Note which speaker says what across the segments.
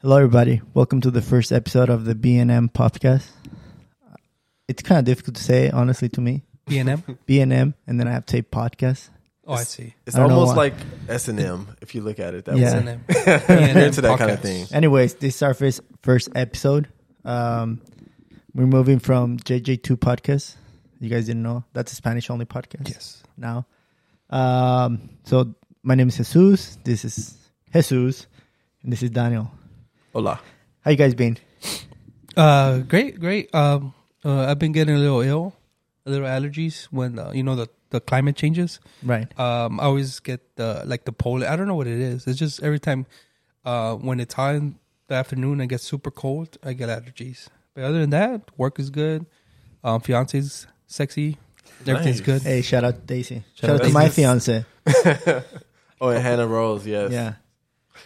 Speaker 1: Hello, everybody. Welcome to the first episode of the B&M podcast. It's kind of difficult to say, honestly, to me.
Speaker 2: B and M.
Speaker 1: B&M, and then I have to say podcast.
Speaker 2: Oh, I see.
Speaker 3: It's
Speaker 1: I don't know
Speaker 3: almost
Speaker 1: why.
Speaker 3: like S and M if you look at it that
Speaker 1: Yeah.
Speaker 3: way.
Speaker 2: B&M. B&M
Speaker 3: Compared to that kind of
Speaker 2: podcast.
Speaker 3: thing.
Speaker 1: Anyways, this is our first, first episode. Um, we're moving from JJ2 podcast. You guys didn't know. That's a Spanish-only podcast
Speaker 2: Yes.
Speaker 1: now. Um, so my name is Jesus. This is Jesus. And this is Daniel.
Speaker 3: Hola.
Speaker 1: How you guys been?
Speaker 2: Uh, great, great. Um, uh, I've been getting a little ill, a little allergies when uh, you know the the climate changes.
Speaker 1: Right.
Speaker 2: Um, I always get the like the pollen. I don't know what it is. It's just every time, uh, when it's hot in the afternoon, I get super cold. I get allergies. But other than that, work is good. Um, fiance's sexy. Everything's
Speaker 3: Nice.
Speaker 2: good.
Speaker 1: Hey, shout out to Daisy. Shout,
Speaker 2: Shout out
Speaker 1: out to my
Speaker 3: Daisy.
Speaker 1: fiance.
Speaker 3: Oh, and Hannah Rose, yes.
Speaker 1: Yeah.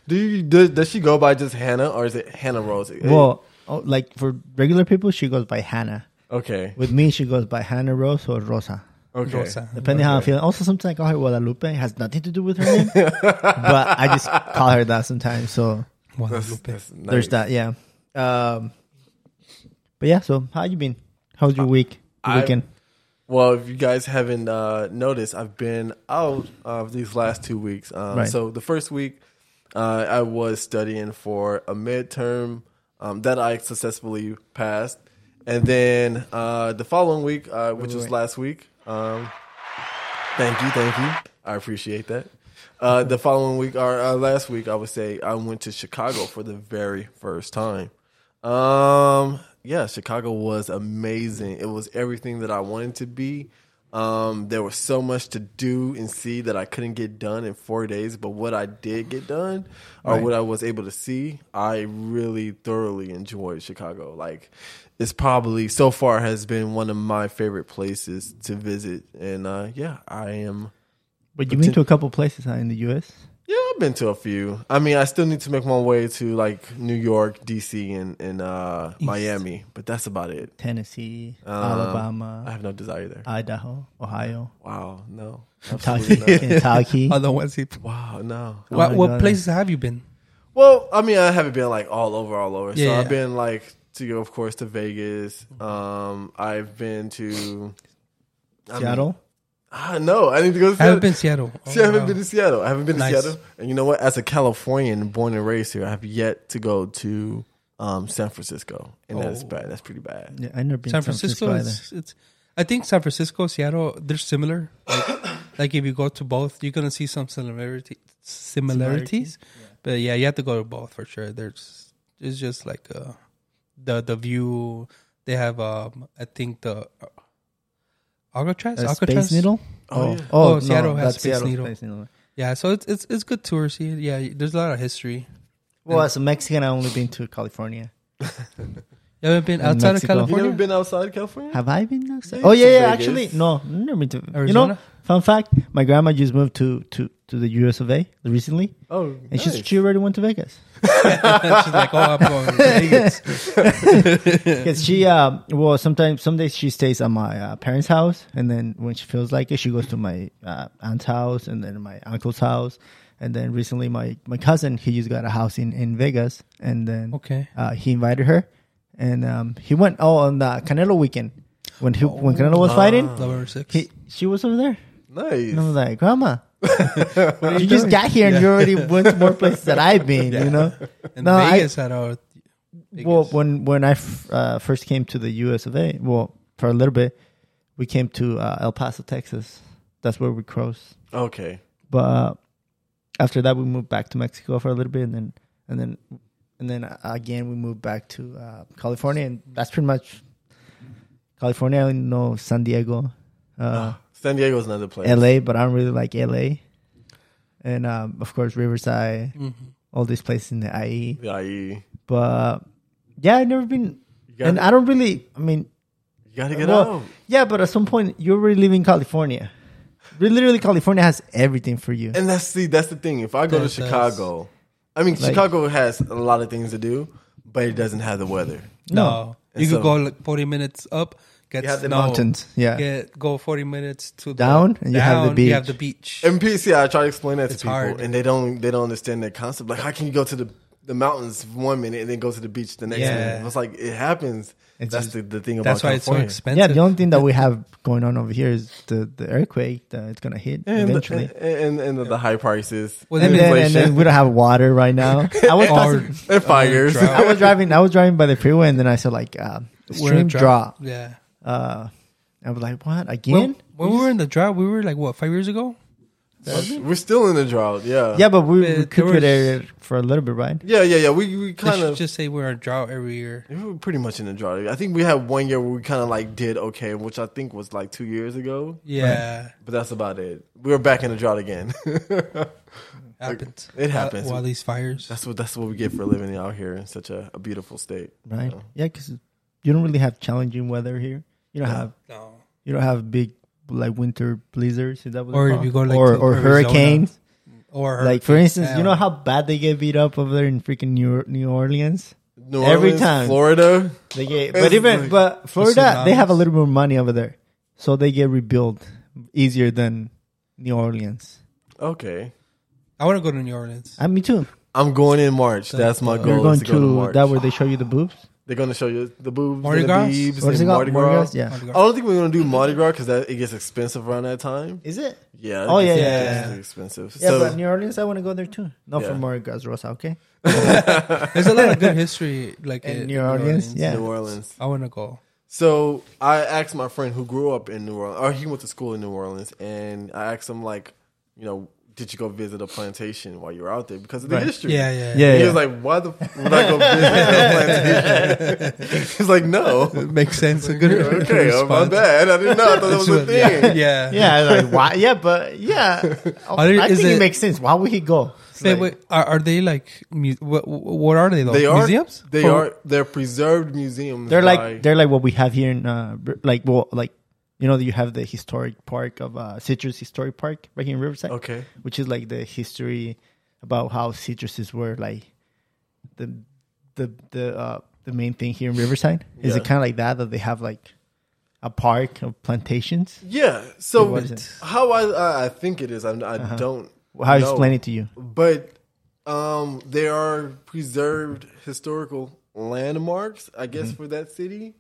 Speaker 3: Do you do, does she go by just Hannah or is it Hannah Rose?
Speaker 1: Well, oh, like for regular people, she goes by Hannah.
Speaker 3: okay,
Speaker 1: With me, she goes by Hannah Rose or Rosa,
Speaker 3: okay.
Speaker 2: Rosa.
Speaker 1: depending how I'm feeling. Also, sometimes I call her Guadalupe. It has nothing to do with her name, but I just call her that sometimes. So
Speaker 3: That's,
Speaker 2: Guadalupe.
Speaker 3: that's nice.
Speaker 1: there's that. Yeah. Um, but yeah. So how you been? How's your week? Your
Speaker 3: I-
Speaker 1: weekend?
Speaker 3: Well, if you guys haven't uh, noticed, I've been out of these last two weeks. Um,
Speaker 1: Right.
Speaker 3: So the first week, uh, I was studying for a midterm um, that I successfully passed, and then uh, the following week, uh, which was last week. Um, thank you, thank you. I appreciate that. Uh, the following week, or uh, last week, I would say I went to Chicago for the very first time. Um, yeah, Chicago was amazing. It was everything that I wanted to be. Um, there was so much to do and see that I couldn't get done in four days, but what I did get done, or what I was able to see, I really thoroughly enjoyed Chicago. Like, it's probably so far has been one of my favorite places to visit, and uh, yeah, I am.
Speaker 1: But you went to a couple places huh, in the U.S.
Speaker 3: Yeah, I've been to a few. I mean, I still need to make my way to like New York, DC, and and uh, Miami, but that's about it.
Speaker 1: Tennessee,
Speaker 3: Um, I
Speaker 1: Alabama,
Speaker 3: have no desire
Speaker 1: Uh,
Speaker 3: there.
Speaker 1: Idaho, Ohio,
Speaker 3: Wow, no.
Speaker 1: Kentucky, Kentucky.
Speaker 2: Other ones. he-
Speaker 3: Wow, no.
Speaker 2: What,
Speaker 1: my
Speaker 2: what
Speaker 1: God.
Speaker 2: places have you been?
Speaker 3: Well, I mean, I haven't been like all over, all over. so
Speaker 2: Yeah.
Speaker 3: I've been like to go, of course, to Vegas. Um, I've been to I mean-
Speaker 1: Seattle.
Speaker 3: Ah, no, I need to go. To
Speaker 2: I haven't been to
Speaker 3: Seattle.
Speaker 2: Seattle. Oh,
Speaker 3: See, I haven't
Speaker 2: wow.
Speaker 3: been to Seattle. I haven't been to
Speaker 2: Nice.
Speaker 3: Seattle. And you know what? As a Californian born and raised here, I have yet to go to um, San Francisco, and that's
Speaker 2: Oh.
Speaker 3: bad. That's pretty bad.
Speaker 1: Yeah, I never been
Speaker 2: San
Speaker 1: to Francisco,
Speaker 2: Francisco, is, it's I think San Francisco, Seattle, they're similar. Like, like if you go to both, you're gonna see some similarity similarities. But yeah, you have to go to both for sure. There's it's just like uh, the the view they have. Um, I think the uh, Alcatraz,
Speaker 1: either. Uh,
Speaker 2: Alcatraz
Speaker 1: Space Needle.
Speaker 3: Oh, yeah.
Speaker 2: Oh, Seattle has
Speaker 1: that's
Speaker 2: Space Needle. Yeah, so it's it's it's good touristy. Yeah, there's a lot of history.
Speaker 1: Well, as a Mexican, I've only been to California.
Speaker 2: You haven't been
Speaker 1: And
Speaker 2: outside
Speaker 1: Mexico.
Speaker 2: of
Speaker 3: You never
Speaker 2: California.
Speaker 3: been outside California?
Speaker 1: Have I been next?
Speaker 3: Yeah,
Speaker 1: Oh
Speaker 3: to
Speaker 1: yeah, yeah.
Speaker 3: Vegas.
Speaker 1: Actually, no, I've never been to You know,
Speaker 2: Arizona?
Speaker 1: fun fact: my grandma just moved to to to the U.S. of A. recently,
Speaker 3: oh,
Speaker 1: and she's
Speaker 3: nice.
Speaker 1: she already went to Vegas
Speaker 2: She's like, oh, I'm going to Vegas.
Speaker 1: because she um well sometimes some days she stays at my uh, parents' house, and then when she feels like it, she goes to my uh, aunt's house and then my uncle's house, and then recently my my cousin he just got a house in in Vegas, and then
Speaker 2: Okay.
Speaker 1: uh, he invited her, and um, he went oh on the Canelo weekend when he when Canelo was fighting,
Speaker 2: November six.
Speaker 1: he she was over there,
Speaker 3: Nice.
Speaker 1: and I was like, Grandma, you, just got here and you already went to more places that I've been, you know.
Speaker 2: In
Speaker 1: No, I-
Speaker 2: Vegas at our Vegas.
Speaker 1: Well, when when I f- uh, first came to the U.S. of A., well, for a little bit, we came to uh, El Paso, Texas. That's where we crossed.
Speaker 3: Okay.
Speaker 1: But uh, after that, we moved back to Mexico for a little bit, and then and then and then uh, again we moved back to uh, California, and that's pretty much California. I only know San Diego,
Speaker 3: Ah,
Speaker 1: uh,
Speaker 3: San Diego's another place.
Speaker 1: L.A., but I don't really like L.A. And um, of course, Riverside,
Speaker 3: Mm-hmm.
Speaker 1: all these places in the IE.
Speaker 3: Yeah, E. you,
Speaker 1: But yeah, I've never been,
Speaker 3: You got
Speaker 1: and
Speaker 3: it.
Speaker 1: I don't really. I mean,
Speaker 3: you gotta get
Speaker 1: well,
Speaker 3: out.
Speaker 1: yeah, but at some point, you're already living California. Re- Literally, California has everything for you.
Speaker 3: And that's see, that's the thing. If I go
Speaker 2: That
Speaker 3: to
Speaker 2: does.
Speaker 3: Chicago, I mean,
Speaker 1: Like-
Speaker 3: Chicago has a lot of things to do, but it doesn't have the weather.
Speaker 2: No, you
Speaker 3: It's
Speaker 2: could
Speaker 3: a-
Speaker 2: go like forty minutes up, get
Speaker 3: You have the
Speaker 2: snow.
Speaker 1: Mountains, yeah.
Speaker 2: Get go forty minutes to the-
Speaker 1: Down, and you have the
Speaker 2: down, You have the
Speaker 1: beach.
Speaker 2: beach.
Speaker 3: And PC, I try to explain that
Speaker 2: It's
Speaker 3: to people,
Speaker 2: hard.
Speaker 3: and they don't they don't understand that concept. Like, how can you go to the the mountains one minute and then go to the beach the next
Speaker 2: Yeah.
Speaker 3: minute. It's like it happens.
Speaker 1: It's
Speaker 3: that's
Speaker 1: just-
Speaker 3: the, the thing about
Speaker 2: That's why it's so
Speaker 3: California.
Speaker 2: expensive.
Speaker 1: Yeah, the only thing that we have going on over here is the, the earthquake that it's gonna hit
Speaker 3: and, uh,
Speaker 1: eventually.
Speaker 3: the, and, and the, the high prices
Speaker 2: Well,
Speaker 1: and,
Speaker 2: then-
Speaker 1: then, and then we don't have water right now. I was
Speaker 2: Or-
Speaker 1: passing-
Speaker 3: and fires.
Speaker 2: drought.
Speaker 1: I was driving I was driving by the freeway and then I saw like uh,
Speaker 2: We're in
Speaker 1: stream
Speaker 2: a
Speaker 1: drop.
Speaker 2: Yeah.
Speaker 1: Uh, I was like, what
Speaker 2: When,
Speaker 1: again?
Speaker 2: when we were in the drought, we were like what five years ago.
Speaker 3: We're still in the drought. Yeah.
Speaker 1: yeah, but we,
Speaker 2: Uh,
Speaker 1: we
Speaker 2: there
Speaker 1: could
Speaker 2: was-
Speaker 1: put it for a little bit, right?
Speaker 3: Yeah. Yeah. Yeah. We we
Speaker 2: Let's
Speaker 3: kind of
Speaker 2: just say we're in a drought every year.
Speaker 3: we were pretty much in the drought. I think we had one year where we kind of like did okay, which I think was like two years ago.
Speaker 2: Yeah,
Speaker 3: But that's about it. We were back in the drought again.
Speaker 2: happens.
Speaker 3: It happens.
Speaker 2: While, while these fires.
Speaker 3: that's what that's what we get for living out here in such a, a beautiful state.
Speaker 1: Right?
Speaker 2: Oh.
Speaker 1: Yeah, because you don't really have challenging weather here. You don't have
Speaker 2: no.
Speaker 1: you don't have big like winter blizzards. Is that what
Speaker 2: Or
Speaker 1: they're
Speaker 2: if you go
Speaker 1: called?
Speaker 2: like
Speaker 1: or
Speaker 2: to
Speaker 1: or
Speaker 2: Arizona.
Speaker 1: hurricanes.
Speaker 2: Or
Speaker 1: Like for instance,
Speaker 2: Yeah.
Speaker 1: you know how bad they get beat up over there in freaking New New Orleans.
Speaker 3: New
Speaker 1: Every
Speaker 3: Orleans,
Speaker 1: time.
Speaker 3: Florida.
Speaker 1: They get,
Speaker 3: It's
Speaker 1: but even
Speaker 3: like-
Speaker 1: but Florida, they have a
Speaker 2: tsunamis.
Speaker 1: little more money over there, so they get rebuilt easier than New Orleans.
Speaker 3: Okay,
Speaker 2: I want to go to New Orleans.
Speaker 1: I me too.
Speaker 3: I'm going in March.
Speaker 2: So,
Speaker 3: That's my
Speaker 2: uh,
Speaker 3: goal.
Speaker 1: You're going
Speaker 3: is to, go to
Speaker 1: to
Speaker 3: March.
Speaker 1: that where they show you the boobs.
Speaker 3: They're going to show you the boobs,
Speaker 2: Mardi
Speaker 3: and the
Speaker 2: Gras?
Speaker 3: beebs,
Speaker 1: What is it called?
Speaker 3: and Mardi
Speaker 1: Mardi
Speaker 3: Gras.
Speaker 1: Gras? Yeah.
Speaker 3: I don't think we're going to do Mardi Gras because that it gets expensive around that time.
Speaker 1: Is it?
Speaker 3: Yeah.
Speaker 1: Oh,
Speaker 3: it gets-
Speaker 1: yeah,
Speaker 3: it
Speaker 2: yeah,
Speaker 3: gets
Speaker 2: yeah.
Speaker 3: expensive.
Speaker 1: Yeah,
Speaker 3: so
Speaker 1: but New Orleans, I want to go there too. Not
Speaker 3: Yeah.
Speaker 1: for Mardi Gras, Rosa. Okay.
Speaker 2: There's a lot of good history like
Speaker 1: In New Orleans, yeah.
Speaker 3: New Orleans.
Speaker 2: I want to go.
Speaker 3: So I asked my friend who grew up in New Orleans, or he went to school in New Orleans, and I asked him like, you know, did you go visit a plantation while you were out there because of the
Speaker 1: Right.
Speaker 3: history?
Speaker 2: Yeah, yeah,
Speaker 1: Yeah.
Speaker 3: He was like, "Why the f- would I go visit a plantation?" He's like, "No,
Speaker 2: It makes sense. A good, good
Speaker 3: okay, uh, my
Speaker 2: response.
Speaker 3: bad. I didn't know. I thought that was a thing."
Speaker 2: Yeah, yeah.
Speaker 1: Yeah, like why? Yeah, but yeah,
Speaker 2: Are you-
Speaker 1: I
Speaker 2: is
Speaker 1: think it,
Speaker 2: it-
Speaker 1: makes sense. Why would he go? It's
Speaker 2: Wait,
Speaker 1: like-
Speaker 2: wait, are, are they like? Mu- what, what are they though?
Speaker 3: They are
Speaker 2: museums.
Speaker 3: They
Speaker 2: For-
Speaker 3: are they're preserved museums.
Speaker 1: they're
Speaker 3: by-
Speaker 1: like they're like what we have here in uh, Ri- like well like you know you have the historic park of uh, Citrus Historic Park right here in Riverside.
Speaker 3: okay.
Speaker 1: which is like the history about how citruses were like the the the uh, the main thing here in Riverside. Is
Speaker 3: Yeah.
Speaker 1: it kind of like that that they have like a park of plantations?
Speaker 3: Yeah. So
Speaker 1: wasn't. Uh-huh.
Speaker 3: how I- I I think it is. I, I don't.
Speaker 1: How I
Speaker 3: know.
Speaker 1: explain it to you?
Speaker 3: but um, they are preserved historical landmarks, I guess, for that city,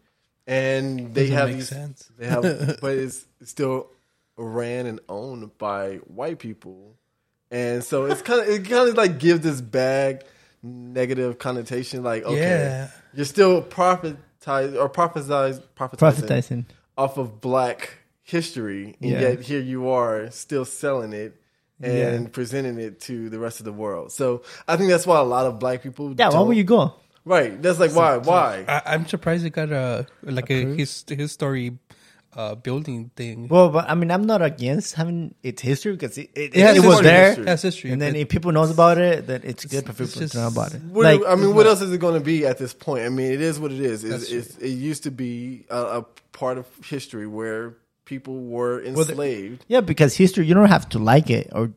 Speaker 3: and they
Speaker 2: Mm-hmm. Doesn't
Speaker 3: have
Speaker 2: make
Speaker 3: these.
Speaker 2: sense.
Speaker 3: They have, but it's still ran and owned by white people, and so it's kind of it kind of like gives this bag negative connotation. Like, okay,
Speaker 2: Yeah.
Speaker 3: you're still prophetized or prophesized, prophetizing
Speaker 1: Prophetizing.
Speaker 3: off of black history, and
Speaker 1: Yeah.
Speaker 3: yet here you are still selling it and
Speaker 1: Yeah.
Speaker 3: presenting it to the rest of the world. So I think that's why a lot of black people.
Speaker 1: Yeah, why
Speaker 3: don't-
Speaker 1: would you go?
Speaker 3: Right. That's like why. Why?
Speaker 2: I, I'm surprised it got a like a his, history uh, building thing.
Speaker 1: Well, but I mean, I'm not against having its history because it, it, it,
Speaker 2: has
Speaker 1: was
Speaker 3: history.
Speaker 1: there,
Speaker 3: History.
Speaker 2: That's history.
Speaker 1: and then
Speaker 2: but-
Speaker 1: if people knows about it, then it's good for
Speaker 2: it's
Speaker 1: people
Speaker 2: just-
Speaker 1: to know about it.
Speaker 3: What,
Speaker 1: like,
Speaker 3: I mean, what else is it going to be at this point? I mean, it is what it is. It's,
Speaker 2: That's true.
Speaker 3: it's, it used to be a, a part of history where people were
Speaker 1: the-
Speaker 3: enslaved.
Speaker 1: yeah, because history, you don't have to like it or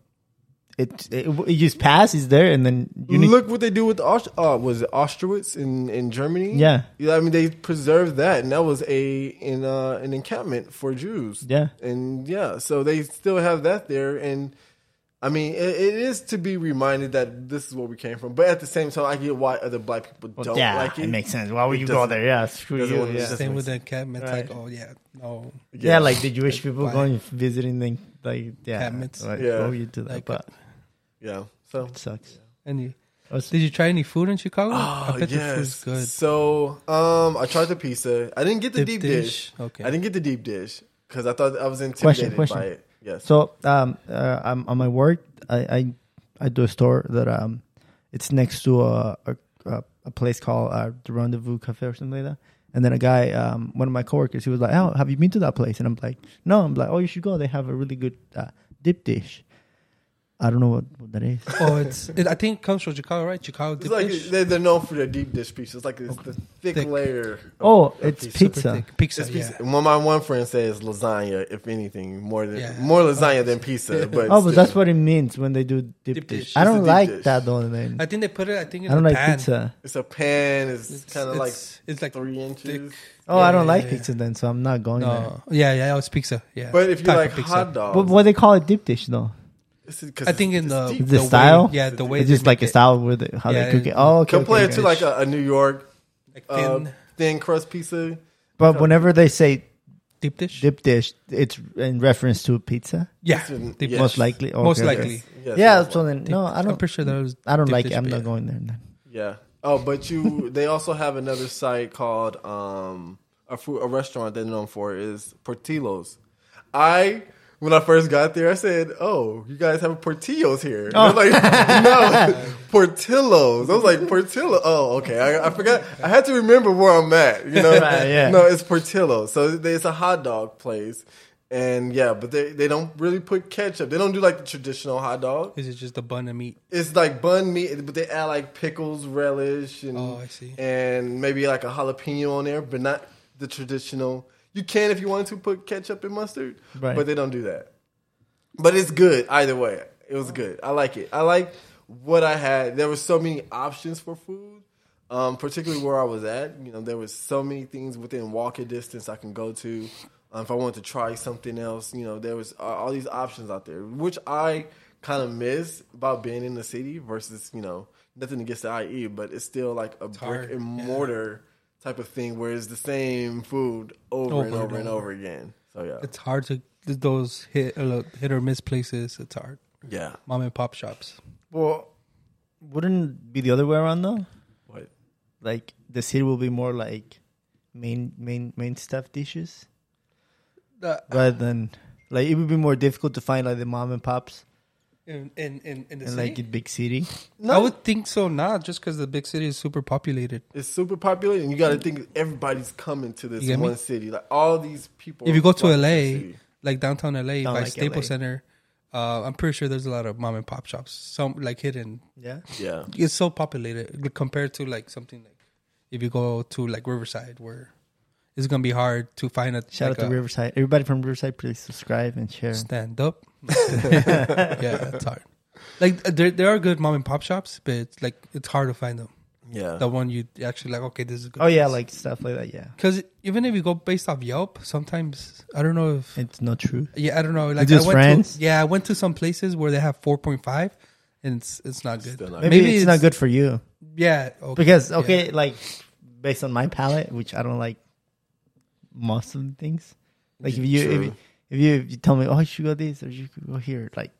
Speaker 1: it. It, it just passes there, and then you need
Speaker 3: Look what they do with the Aus- uh, was it Auschwitz in, in Germany.
Speaker 1: Yeah.
Speaker 3: yeah. I mean, they preserved that, and that was a in uh, an encampment for Jews.
Speaker 1: Yeah.
Speaker 3: and yeah, so they still have that there, and I mean, it, it is to be reminded that this is where we came from. But at the same time, I get why other black people don't
Speaker 1: yeah,
Speaker 3: like it.
Speaker 1: it makes sense. Why would
Speaker 3: It
Speaker 1: you go
Speaker 3: doesn't-
Speaker 1: there? Yeah, screw
Speaker 3: doesn't
Speaker 1: you.
Speaker 3: wanna
Speaker 1: Yeah.
Speaker 3: just-
Speaker 2: Same with the encampment. It's
Speaker 1: Right.
Speaker 2: Like, oh yeah, no.
Speaker 1: Yeah, like the Jewish people
Speaker 2: why?
Speaker 1: going visiting the like yeah,
Speaker 2: Cabinets.
Speaker 1: like,
Speaker 3: Yeah.
Speaker 1: why would you do that?
Speaker 2: Like,
Speaker 1: but
Speaker 3: yeah, so
Speaker 1: it sucks.
Speaker 2: Any?
Speaker 1: Us-
Speaker 2: Did you try any food in Chicago?
Speaker 3: Oh,
Speaker 2: I bet
Speaker 3: yes.
Speaker 2: the food's good.
Speaker 3: So, um, I tried the pizza. I didn't get the deep,
Speaker 2: Deep
Speaker 3: dish.
Speaker 2: dish? Okay.
Speaker 3: I didn't get the deep dish because I thought I was
Speaker 1: Question,
Speaker 3: intimidated
Speaker 1: question.
Speaker 3: by it. Yes.
Speaker 1: So um, uh, I'm on my work. I, I I do a store that um, it's next to a a, a- a place called uh, the Rendezvous Cafe or something like that. And then a guy, um, one of my coworkers, he was like, "Oh, have you been to that place?" And I'm like, "No." I'm like, "Oh, you should go. They have a really good uh, dip dish." I don't know what, what that is.
Speaker 2: oh, it's. It, I think it comes from Chicago, right? Chicago
Speaker 3: It's
Speaker 2: deep
Speaker 3: like
Speaker 2: dish.
Speaker 3: they're, they're known for their deep dish pizza. It's like it's the thick,
Speaker 2: Thick.
Speaker 3: layer. of-
Speaker 1: Oh,
Speaker 3: of
Speaker 1: it's
Speaker 3: pizza.
Speaker 2: Super
Speaker 1: pizza.
Speaker 2: thick. Pizza,
Speaker 3: It's pizza.
Speaker 2: yeah.
Speaker 3: Well, my one friend says lasagna, if anything, more than
Speaker 2: Yeah.
Speaker 3: more lasagna than pizza. But
Speaker 1: Oh, but
Speaker 3: still.
Speaker 1: that's what it means when they do dip,
Speaker 2: Dip
Speaker 1: dish.
Speaker 2: dish.
Speaker 1: I
Speaker 3: It's a
Speaker 1: don't
Speaker 3: deep
Speaker 1: like
Speaker 3: dish.
Speaker 1: that though. Then
Speaker 2: I think they put it. I think in
Speaker 1: I don't
Speaker 2: a
Speaker 1: like
Speaker 2: pan.
Speaker 1: pizza.
Speaker 3: it's a pan. It's, kind of like
Speaker 2: it's, it's like
Speaker 3: three inches.
Speaker 2: thick.
Speaker 1: Oh, I don't
Speaker 2: Yeah,
Speaker 1: like
Speaker 2: yeah,
Speaker 1: pizza then, so I'm not going there.
Speaker 2: No, yeah, yeah, oh, it's pizza. Yeah,
Speaker 3: But if you
Speaker 2: Type of
Speaker 3: like
Speaker 2: pizza.
Speaker 3: hot dogs,
Speaker 1: But what they call it dip dish though?
Speaker 3: It's-
Speaker 2: I think in the
Speaker 1: The style?
Speaker 2: way, yeah, the way
Speaker 1: It's
Speaker 2: they
Speaker 1: just like a
Speaker 2: make it,
Speaker 1: style with it, how
Speaker 2: Yeah,
Speaker 1: they cook
Speaker 2: it-
Speaker 1: it. Oh, okay.
Speaker 3: compare
Speaker 1: okay,
Speaker 3: it
Speaker 1: okay.
Speaker 3: to like a, a New York
Speaker 2: like
Speaker 3: uh,
Speaker 2: thin
Speaker 3: thin crust pizza.
Speaker 1: But whenever they say
Speaker 2: deep dish.
Speaker 1: dip dish, it's in reference to pizza,
Speaker 2: yeah,
Speaker 3: in-
Speaker 2: deep
Speaker 3: yes.
Speaker 2: dish.
Speaker 1: most likely. Okay,
Speaker 2: Most
Speaker 1: okay.
Speaker 2: likely.
Speaker 3: Yes,
Speaker 1: Yeah.
Speaker 3: that's
Speaker 1: So
Speaker 3: one.
Speaker 1: then, no, I
Speaker 2: I'm
Speaker 1: don't.
Speaker 2: pretty sure that was.
Speaker 1: I don't
Speaker 2: deep
Speaker 1: like
Speaker 2: dish,
Speaker 1: it. I'm
Speaker 2: but
Speaker 1: not
Speaker 2: yeah.
Speaker 1: going there. then.
Speaker 3: yeah. Oh, but you they also have another site called um a food a restaurant they're known for is Portillo's. I when I first got there, I said, "Oh, you guys have Portillo's here." And
Speaker 1: Oh.
Speaker 3: I was like, "No, Portillo's." I was like, "Portillo." Oh, okay. I, I forgot. I had to remember where I'm at. You know,
Speaker 1: Right, yeah.
Speaker 3: no, it's Portillo. So they- it's a hot dog place, and yeah, but they they don't really put ketchup. They don't do like the traditional hot dog.
Speaker 2: Is it just a bun of meat?
Speaker 3: It's like bun meat, but they add like pickles, relish, and
Speaker 2: Oh, I see.
Speaker 3: and maybe like a jalapeno on there, but not the traditional. You can if you wanted to put ketchup and mustard,
Speaker 1: Right.
Speaker 3: but they don't do that. But it's good either way. It was good. I like it. I like what I had. There were so many options for food, um, particularly where I was at. You know, there was so many things within walking distance I can go to. Um, if I wanted to try something else, you know, there was uh, all these options out there, which I kind of miss about being in the city versus, you know, nothing against the IE, but it's still like a brick
Speaker 2: hard,
Speaker 3: and
Speaker 2: yeah.
Speaker 3: mortar type of thing where it's the same food over, and over and over again. So yeah,
Speaker 2: It's hard to those hit uh, hit or miss places. It's hard.
Speaker 3: yeah.
Speaker 2: Mom and pop shops.
Speaker 1: Well, wouldn't it be the other way around though?
Speaker 3: What?
Speaker 1: Like the city will be more like main main main stuff dishes
Speaker 2: Uh,
Speaker 1: rather than like it would be more difficult to find like the mom and pops
Speaker 2: in in in, in the
Speaker 1: in
Speaker 2: city.
Speaker 1: like a big city.
Speaker 2: I would think so not just because the big city is super populated.
Speaker 3: It's super popular, and you got to think everybody's coming to this
Speaker 2: You get me?
Speaker 3: one city. Like all these people.
Speaker 2: if you go to
Speaker 3: flock this
Speaker 2: LA,
Speaker 3: city.
Speaker 2: like downtown LA
Speaker 1: Down
Speaker 2: by
Speaker 1: like
Speaker 2: Staples
Speaker 1: LA.
Speaker 2: Center, uh, I'm pretty sure there's a lot of mom and pop shops. Some like hidden.
Speaker 1: Yeah.
Speaker 3: yeah,
Speaker 2: It's so populated compared to like something like if you go to like Riverside where it's gonna be hard to find a
Speaker 1: Shout
Speaker 2: like
Speaker 1: out to
Speaker 2: a
Speaker 1: Riverside. Everybody from Riverside, please subscribe and share.
Speaker 2: stand up. yeah, it's hard. Like uh, there there are good mom and pop shops, but it's like it's hard to find them.
Speaker 3: yeah.
Speaker 2: The one you actually like, okay, this is a good.
Speaker 1: Oh yeah, like stuff like that. Yeah,
Speaker 2: because even if you go based off Yelp, sometimes I don't know if
Speaker 1: it's not true.
Speaker 2: Yeah, I don't know. Like
Speaker 1: just
Speaker 2: I went
Speaker 1: friends?
Speaker 2: To, yeah, I went to some places where they have four point five, and it's it's not good.
Speaker 3: Still not
Speaker 1: Maybe, it's, not good for you
Speaker 2: Yeah, okay.
Speaker 1: because
Speaker 2: yeah.
Speaker 1: okay, like based on my palate, which I don't like most of the things. Like if you if
Speaker 3: True.
Speaker 1: you, if you if you tell me, oh, you should go this or you should go here, like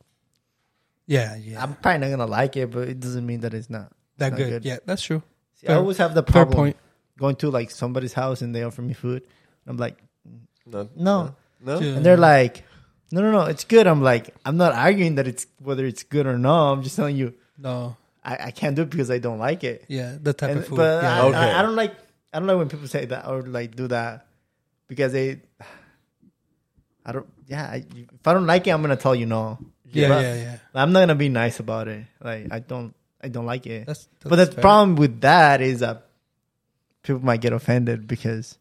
Speaker 2: yeah, yeah,
Speaker 1: I'm probably not gonna like it, but it doesn't mean that it's not
Speaker 2: that
Speaker 1: not
Speaker 2: good.
Speaker 1: good.
Speaker 2: Yeah, that's true.
Speaker 1: See, I
Speaker 2: Fair-
Speaker 1: always have the
Speaker 2: fair
Speaker 1: problem
Speaker 2: point.
Speaker 1: going to like somebody's house and they offer me food. I'm like,
Speaker 3: No,
Speaker 1: no,
Speaker 3: no.
Speaker 2: Yeah.
Speaker 1: and they're like, no, no, no, it's good. I'm like, I'm not arguing that it's whether it's good or no. I'm just telling you,
Speaker 2: No,
Speaker 1: I, I can't do it because I don't like it.
Speaker 2: yeah, the type
Speaker 1: And-
Speaker 2: of food.
Speaker 1: but
Speaker 2: yeah.
Speaker 1: I,
Speaker 3: Okay.
Speaker 1: I, I don't like I don't like when people say that or like do that because they I don't yeah I, if I don't like it I'm gonna tell you no
Speaker 2: yeah,
Speaker 1: But
Speaker 2: yeah, yeah.
Speaker 1: I'm not gonna be nice about it like I don't I don't like it
Speaker 2: That's, that's
Speaker 1: but the
Speaker 2: fair.
Speaker 1: problem with that is that people might get offended because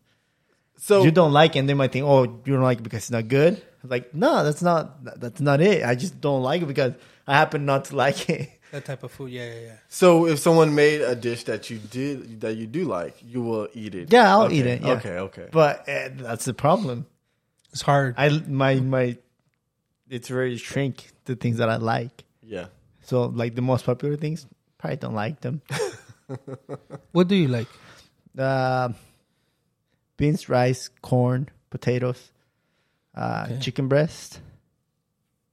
Speaker 3: So
Speaker 1: you don't like it and they might think oh you don't like it because it's not good like no that's not that- that's not it I just don't like it because I happen not to like it
Speaker 2: That type of food. Yeah, yeah, yeah.
Speaker 3: So if someone made a dish that you did that you do like, you will eat it.
Speaker 1: yeah I'll
Speaker 3: Okay,
Speaker 1: eat it yeah.
Speaker 3: Okay, okay.
Speaker 1: but uh, that's the problem.
Speaker 2: It's hard.
Speaker 1: I my my it's very shrink the things that I like.
Speaker 3: yeah.
Speaker 1: So like the most popular things, probably don't like them.
Speaker 2: what do you like?
Speaker 1: Uh, beans, rice, corn, potatoes, uh,
Speaker 2: Okay.
Speaker 1: chicken breast,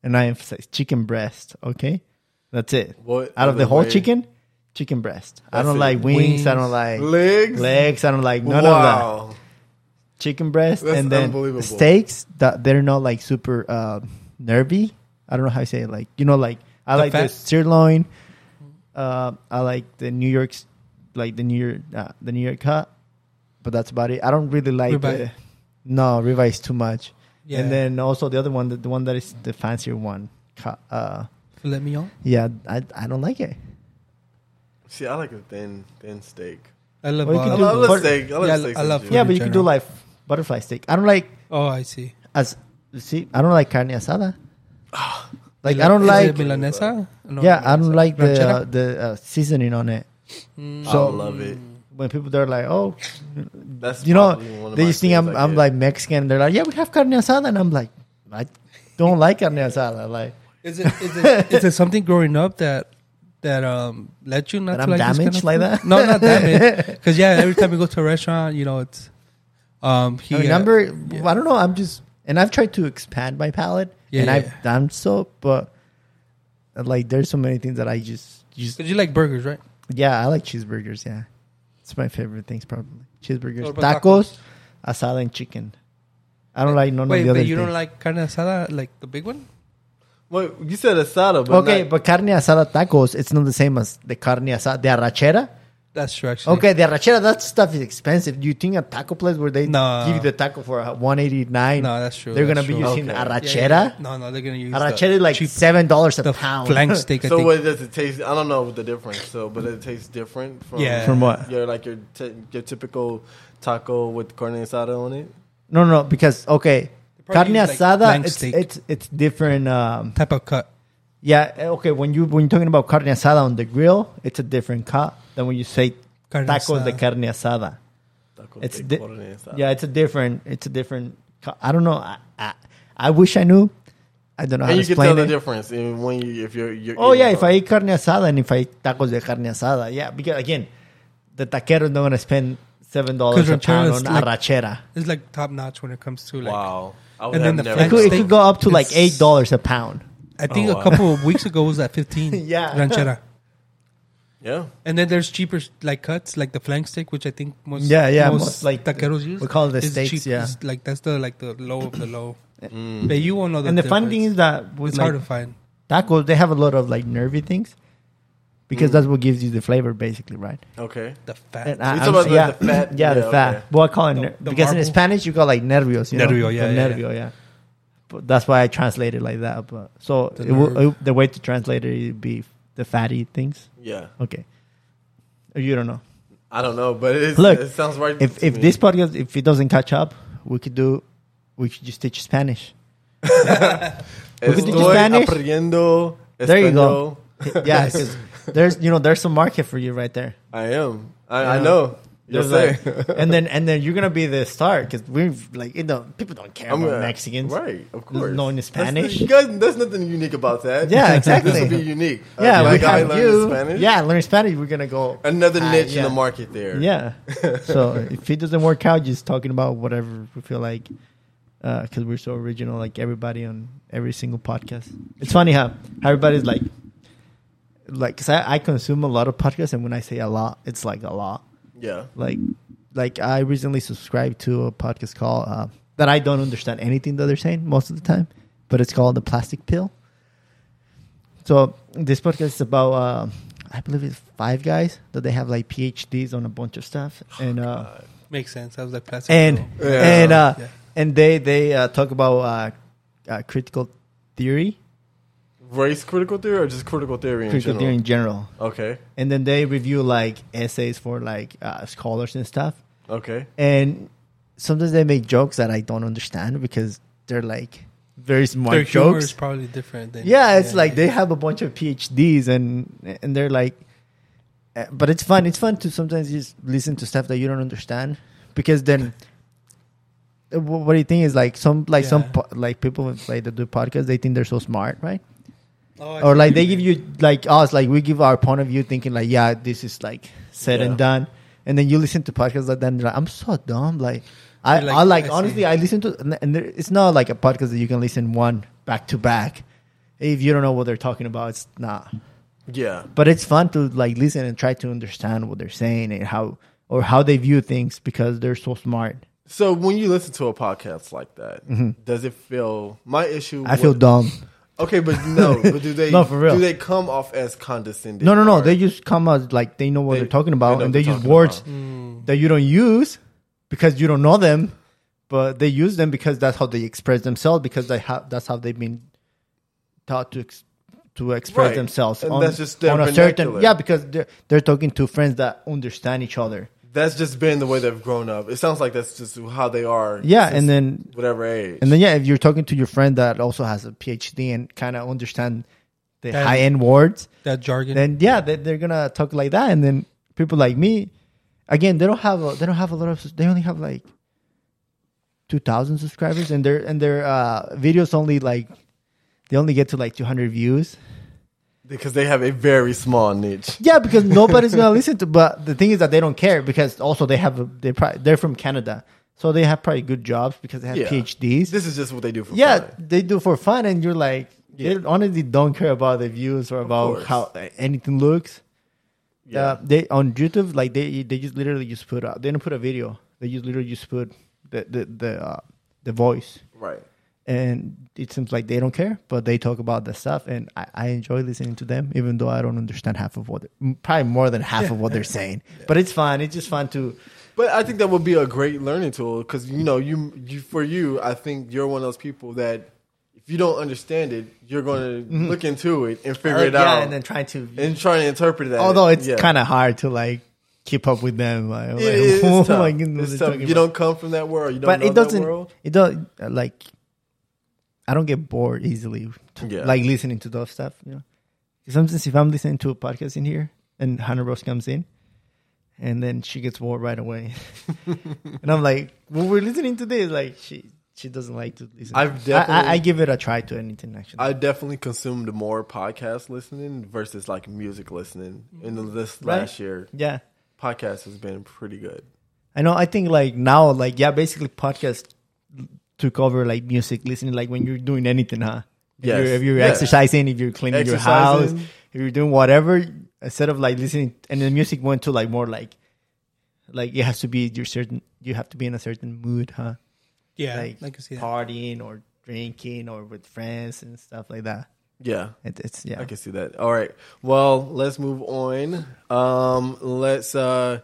Speaker 1: and I emphasize chicken breast. Okay, that's it.
Speaker 3: What
Speaker 1: Out of the
Speaker 3: other
Speaker 1: whole
Speaker 3: way?
Speaker 1: chicken, chicken breast. I
Speaker 3: That's
Speaker 1: don't
Speaker 3: it.
Speaker 1: like wings, I
Speaker 2: Wings.
Speaker 1: don't like
Speaker 3: legs?
Speaker 1: legs. I don't like none of that.
Speaker 3: wow.
Speaker 1: Chicken breast
Speaker 3: That's
Speaker 1: and then
Speaker 3: unbelievable.
Speaker 1: steaks. That they're not like super uh, nervy. I don't know how you say it. Like you know, like I
Speaker 2: The
Speaker 1: like the
Speaker 2: fat?
Speaker 1: sirloin. Uh, I like the New York's, like the New York, uh, the New York cut. But that's about it. I don't really like
Speaker 2: Ribeye.
Speaker 1: the no ribeye is too much.
Speaker 2: Yeah.
Speaker 1: And then also the other one, the, the one that is the fancier one. cut, Uh,
Speaker 2: Filet mignon.
Speaker 1: yeah, I I don't like it.
Speaker 3: See, I like a thin thin steak.
Speaker 2: I love.
Speaker 1: Well, you
Speaker 2: all
Speaker 1: can do
Speaker 3: I
Speaker 2: of
Speaker 3: love, I love
Speaker 1: butter-
Speaker 3: steak. I love
Speaker 2: Yeah, I
Speaker 3: steak.
Speaker 2: love
Speaker 3: sandwiches.
Speaker 2: food.
Speaker 1: yeah,
Speaker 2: in
Speaker 1: but you can do
Speaker 2: general.
Speaker 1: like butterfly steak. I don't like
Speaker 2: that. Oh, I see.
Speaker 1: as see. I don't like carne asada. Like I don't
Speaker 2: Ah, Is
Speaker 1: like
Speaker 2: it milanesa. No,
Speaker 1: yeah, I
Speaker 2: milanesa.
Speaker 1: don't like the
Speaker 2: Ranchera?
Speaker 1: uh, the uh, seasoning on it.
Speaker 2: Mm.
Speaker 1: So
Speaker 3: I love it.
Speaker 1: when people they're like, "Oh,
Speaker 3: That's
Speaker 1: you know,"
Speaker 3: probably one of
Speaker 1: they
Speaker 3: my
Speaker 1: just think
Speaker 3: things
Speaker 1: I'm
Speaker 3: I
Speaker 1: I'm
Speaker 3: get.
Speaker 1: like Mexican. They're like, "Yeah, we have carne asada," and I'm like, "I don't like carne asada." Like
Speaker 2: Is it is it is it something growing up that that um led you
Speaker 1: That
Speaker 2: not to
Speaker 1: I'm
Speaker 2: like this
Speaker 1: damaged like
Speaker 2: kind
Speaker 1: that?
Speaker 2: of food? No, not damaged. Because yeah, every time you go to a restaurant, you know it's um he
Speaker 1: I remember, I don't know. I'm just, and I've tried to expand my palate,
Speaker 2: Yeah,
Speaker 1: and
Speaker 2: yeah,
Speaker 1: I've
Speaker 2: yeah.
Speaker 1: done so, but uh, like, there's so many things that I just, just,
Speaker 2: because you like burgers, right?
Speaker 1: yeah, I like cheeseburgers. Yeah, it's my favorite things probably. Cheeseburgers,
Speaker 2: What about
Speaker 1: tacos, asada, and chicken. I don't like none
Speaker 2: Wait,
Speaker 1: of the other
Speaker 2: but you
Speaker 1: things.
Speaker 2: don't like carne asada, like the big one?
Speaker 3: Wait, you said asada, but
Speaker 1: okay,
Speaker 3: not-
Speaker 1: but carne asada tacos, it's not the same as the carne asada, the arrachera.
Speaker 2: That's true, actually.
Speaker 1: Okay, the arrachera, that stuff is expensive. Do you think a taco place where they
Speaker 2: No.
Speaker 1: give you the taco for one eighty nine?
Speaker 2: No, that's true,
Speaker 1: They're gonna
Speaker 2: that's
Speaker 1: be
Speaker 2: true.
Speaker 1: using
Speaker 3: Okay.
Speaker 2: Yeah,
Speaker 1: arrachera.
Speaker 2: yeah, yeah. No, no, they're gonna use
Speaker 1: Arrachera
Speaker 2: the
Speaker 1: is like
Speaker 2: cheap,
Speaker 1: seven dollars a
Speaker 2: the
Speaker 1: pound.
Speaker 2: flank steak. I
Speaker 3: so
Speaker 2: think.
Speaker 3: what does it taste? I don't know the difference. So, but it tastes different from
Speaker 2: Yeah. From
Speaker 1: what?
Speaker 3: Your like your t- your typical taco with carne asada on it.
Speaker 1: no, no, because okay,
Speaker 2: They
Speaker 1: carne
Speaker 2: probably use, like,
Speaker 1: asada,
Speaker 2: flank
Speaker 1: it's,
Speaker 2: steak.
Speaker 1: it's it's different. Um,
Speaker 2: type of cut.
Speaker 1: yeah, eh, okay. When you when you're talking about carne asada on the grill, it's a different cut than when you say
Speaker 2: Carne
Speaker 1: tacos de
Speaker 2: asada.
Speaker 1: carne asada.
Speaker 3: Taco
Speaker 1: It's
Speaker 3: de
Speaker 1: di-
Speaker 3: carne asada.
Speaker 1: yeah, it's a different. It's a different. cut. I don't know. I, I I wish I knew. I don't know how
Speaker 3: and
Speaker 1: to
Speaker 3: you can
Speaker 1: explain
Speaker 3: tell the
Speaker 1: it.
Speaker 3: difference in when you if you're. you're
Speaker 1: Oh
Speaker 3: eating
Speaker 1: yeah, if
Speaker 3: both.
Speaker 1: I eat carne asada and if I eat tacos de carne asada, yeah. Because again, the taqueros don't gonna spend seven dollars a
Speaker 2: ranchera
Speaker 1: pound
Speaker 2: is
Speaker 1: on
Speaker 2: like-
Speaker 1: arrachera.
Speaker 2: It's like top notch when it comes to like.
Speaker 3: wow, I would
Speaker 2: and
Speaker 3: have
Speaker 2: then the
Speaker 1: It
Speaker 3: never.
Speaker 2: flank
Speaker 1: could, it
Speaker 2: steak.
Speaker 1: could go up to like
Speaker 2: It's-
Speaker 1: eight dollars a pound.
Speaker 2: I think
Speaker 3: Oh,
Speaker 2: a
Speaker 3: wow.
Speaker 2: couple of weeks ago was at fifteen.
Speaker 1: Yeah.
Speaker 2: ranchera.
Speaker 3: Yeah,
Speaker 2: And then there's cheaper like cuts, like the flank steak, which I think most
Speaker 1: Yeah, yeah,
Speaker 2: most,
Speaker 1: most,
Speaker 2: like
Speaker 1: like,
Speaker 2: taqueros use.
Speaker 1: we call it the
Speaker 2: It's
Speaker 1: steaks, yeah.
Speaker 2: It's like that's the like the low of the low.
Speaker 3: Mm.
Speaker 2: But you won't know the
Speaker 1: and the fun thing
Speaker 2: difference.
Speaker 1: is that with
Speaker 2: it's
Speaker 1: like
Speaker 2: hard to find.
Speaker 1: tacos, they have a lot of like nervy things
Speaker 3: Mm.
Speaker 1: because that's what gives you the flavor, basically, right?
Speaker 3: okay.
Speaker 2: The fat.
Speaker 1: And uh,
Speaker 3: talking about the-
Speaker 1: yeah,
Speaker 3: the fat-
Speaker 1: yeah, the
Speaker 3: yeah,
Speaker 1: fat.
Speaker 3: okay.
Speaker 1: Well, I call it ner-
Speaker 2: the
Speaker 1: because in
Speaker 2: marble.
Speaker 1: Spanish you call like nervios, you know?
Speaker 2: Nervio, yeah,
Speaker 1: Or
Speaker 2: yeah,
Speaker 1: nervio, yeah. But that's why I translate it like that. But so
Speaker 2: The
Speaker 1: it will,
Speaker 2: nerve.
Speaker 1: it- the way to translate it would be the fatty things.
Speaker 3: Yeah,
Speaker 1: Okay, you don't know.
Speaker 3: I don't know, but it,
Speaker 1: Look,
Speaker 3: it sounds right.
Speaker 1: If
Speaker 3: to
Speaker 1: if
Speaker 3: me.
Speaker 1: this podcast if it doesn't catch up, we could do we could just teach Spanish. we could do
Speaker 3: Estoy
Speaker 1: Spanish.
Speaker 3: aprendiendo
Speaker 1: There you
Speaker 3: español.
Speaker 1: go. yeah, 'cause there's you know there's some market for you right there.
Speaker 3: I am. I, I
Speaker 1: Yeah.
Speaker 3: know. Yes,
Speaker 1: There's
Speaker 3: sir.
Speaker 1: like- and then and then you're gonna be the star because we like you know people don't care about
Speaker 3: uh,
Speaker 1: Mexicans.
Speaker 3: right? Of course,
Speaker 1: Knowing
Speaker 3: That's-
Speaker 1: Spanish.
Speaker 3: you guys, there's nothing unique about that.
Speaker 1: Yeah,
Speaker 3: This
Speaker 1: exactly.
Speaker 3: would be unique. Uh, A
Speaker 1: Yeah,
Speaker 3: black
Speaker 1: we
Speaker 3: guy
Speaker 1: have
Speaker 3: learning
Speaker 1: you.
Speaker 3: Spanish.
Speaker 1: Yeah, learn Spanish. We're gonna go
Speaker 3: another
Speaker 1: Uh,
Speaker 3: niche in
Speaker 1: yeah.
Speaker 3: the market there.
Speaker 1: Yeah. So if it doesn't work out, just talking about whatever we feel like, because we're so original. Like everybody on every single podcast. It's funny how how everybody's like, like, cause I, I consume a lot of podcasts, and when I say a lot, it's like a lot.
Speaker 3: yeah.
Speaker 1: Like, like I recently subscribed to a podcast called uh, that I don't understand anything that they're saying most of the time, but it's called the Plastic Pill. So this podcast is about uh, I believe it's five guys that they have like PhDs on a bunch of stuff and uh,
Speaker 2: Makes sense. I was like plastic.
Speaker 1: and
Speaker 2: though.
Speaker 3: Yeah.
Speaker 1: and uh,
Speaker 2: Yeah.
Speaker 1: and they they uh, talk about uh, uh, critical theory,
Speaker 3: Race critical theory or just critical theory in
Speaker 1: critical
Speaker 3: general?
Speaker 1: theory in general,
Speaker 3: Okay.
Speaker 1: and then they review like essays for like uh, scholars and stuff,
Speaker 3: Okay.
Speaker 1: and sometimes they make jokes that I don't understand because they're like very smart
Speaker 2: their humor
Speaker 1: jokes.
Speaker 2: is probably different. Than,
Speaker 1: yeah it's like they have a bunch of phds and and they're like eh, but it's fun it's fun to sometimes just listen to stuff that you don't understand because then eh, wh- what do you think is like some like some
Speaker 2: Yeah.
Speaker 1: po- like people with, like that do podcasts they think they're so smart right
Speaker 2: Oh, I
Speaker 1: or
Speaker 2: see.
Speaker 1: like they give you like us like we give our point of view thinking like yeah this is like said
Speaker 3: Yeah.
Speaker 1: and done and then you listen to podcasts like that and you're like, i'm so dumb like I,
Speaker 2: You're like,
Speaker 1: I like
Speaker 2: I
Speaker 1: honestly
Speaker 2: see.
Speaker 1: i listen to and- and there, it's not like a podcast that you can listen one back to back if you don't know what they're talking about it's not
Speaker 3: Yeah.
Speaker 1: but it's fun to like listen and try to understand what they're saying and how or how they view things because they're so smart
Speaker 3: So when you listen to a podcast like that, does it feel? My issue.
Speaker 1: Mm-hmm. i feel
Speaker 3: was-
Speaker 1: dumb
Speaker 3: Okay, but no. But do they?
Speaker 1: No, for real.
Speaker 3: Do they come off as condescending?
Speaker 1: no no no
Speaker 3: or-
Speaker 1: they just come out like they know what they,
Speaker 3: They-
Speaker 1: are talking
Speaker 3: they
Speaker 1: about
Speaker 3: know
Speaker 1: and they
Speaker 3: what they're
Speaker 1: use
Speaker 3: talking
Speaker 1: words that you don't use because you don't know them but they use them because that's how they express themselves because they ha- that's how they've been taught to ex- to express
Speaker 3: Right.
Speaker 1: themselves
Speaker 3: And
Speaker 1: on,
Speaker 3: that's just their
Speaker 1: on a certain
Speaker 3: vernacular.
Speaker 1: yeah because they're, they're talking to friends that understand each other
Speaker 3: that's just been the way they've grown up. It sounds like that's just how they are.
Speaker 1: yeah
Speaker 3: since
Speaker 1: and then
Speaker 3: whatever age.
Speaker 1: and then yeah if you're talking to your friend that also has a phd and kind of understand the
Speaker 2: Then-
Speaker 1: high end words
Speaker 2: that jargon.
Speaker 1: then yeah, they, they're gonna talk like that, and then people like me, again, they don't have a, they don't have a lot of they only have like two thousand subscribers, and their and their uh, videos only like they only get to like 200 views.
Speaker 3: because they have a very small niche.
Speaker 1: Yeah, because nobody's gonna listen to. But the thing is that they don't care because also they have a, they probably, they're from Canada, so they have probably good jobs because they have
Speaker 3: Yeah.
Speaker 1: PhDs.
Speaker 3: This is just what they do for
Speaker 1: yeah,
Speaker 3: fun.
Speaker 1: they do for fun, and you're like, they honestly don't care about the views or about
Speaker 3: course.
Speaker 1: how anything looks.
Speaker 3: Yeah.
Speaker 1: Uh, they on YouTube like they they just literally just put out they didn't put a video. They just literally just put the the the uh, the voice,
Speaker 3: Right.
Speaker 1: and it seems like they don't care, but they talk about the stuff, and I, I enjoy listening to them, even though I don't understand half of what they- probably more than half of what they're saying. But it's fun. It's just fun to
Speaker 3: But I think that would be a great learning tool because you know you, you for you I think you're one of those people that if you don't understand it you're going to look into it and figure it
Speaker 1: Mm-hmm. Uh, yeah,
Speaker 3: out
Speaker 1: and then try to.
Speaker 3: and try to interpret that.
Speaker 1: although it's
Speaker 3: Uh, Yeah.
Speaker 1: kind of hard to like keep up with them, like,
Speaker 3: It is- it's tough.
Speaker 1: my goodness, they're
Speaker 3: It's tough.
Speaker 1: talking
Speaker 3: You
Speaker 1: about-
Speaker 3: don't come from that world. You don't
Speaker 1: but
Speaker 3: know
Speaker 1: it
Speaker 3: that world.
Speaker 1: doesn't it does like i don't get bored easily to,
Speaker 3: Yeah.
Speaker 1: like listening to those stuff you know sometimes if i'm listening to a podcast in here and hannah rose comes in and then she gets bored right away and i'm like well we're listening to this like she she doesn't like to listen
Speaker 3: I've
Speaker 1: I- I,
Speaker 3: definitely-
Speaker 1: I, give it a try to anything actually
Speaker 3: I definitely consumed more podcast listening versus like music listening. In this
Speaker 1: Right.
Speaker 3: last year,
Speaker 1: yeah
Speaker 3: podcast has been pretty good.
Speaker 1: I know. I think like now, like yeah, basically podcast took over like music listening. Like when you're doing anything, huh? If
Speaker 3: Yes.
Speaker 1: You're, if you're
Speaker 3: Yeah.
Speaker 1: exercising, if you're cleaning your
Speaker 3: Exercising.
Speaker 1: house, if you're doing whatever, instead of like listening, and the music went to like more like, like it has to be your certain. You have to be in a certain mood, huh?
Speaker 2: Yeah,
Speaker 1: like
Speaker 2: I can see that.
Speaker 1: partying or drinking or with friends and stuff like that.
Speaker 3: Yeah,
Speaker 1: It, it's yeah.
Speaker 3: I can see that. All right. Well, let's move on. Um, let's uh,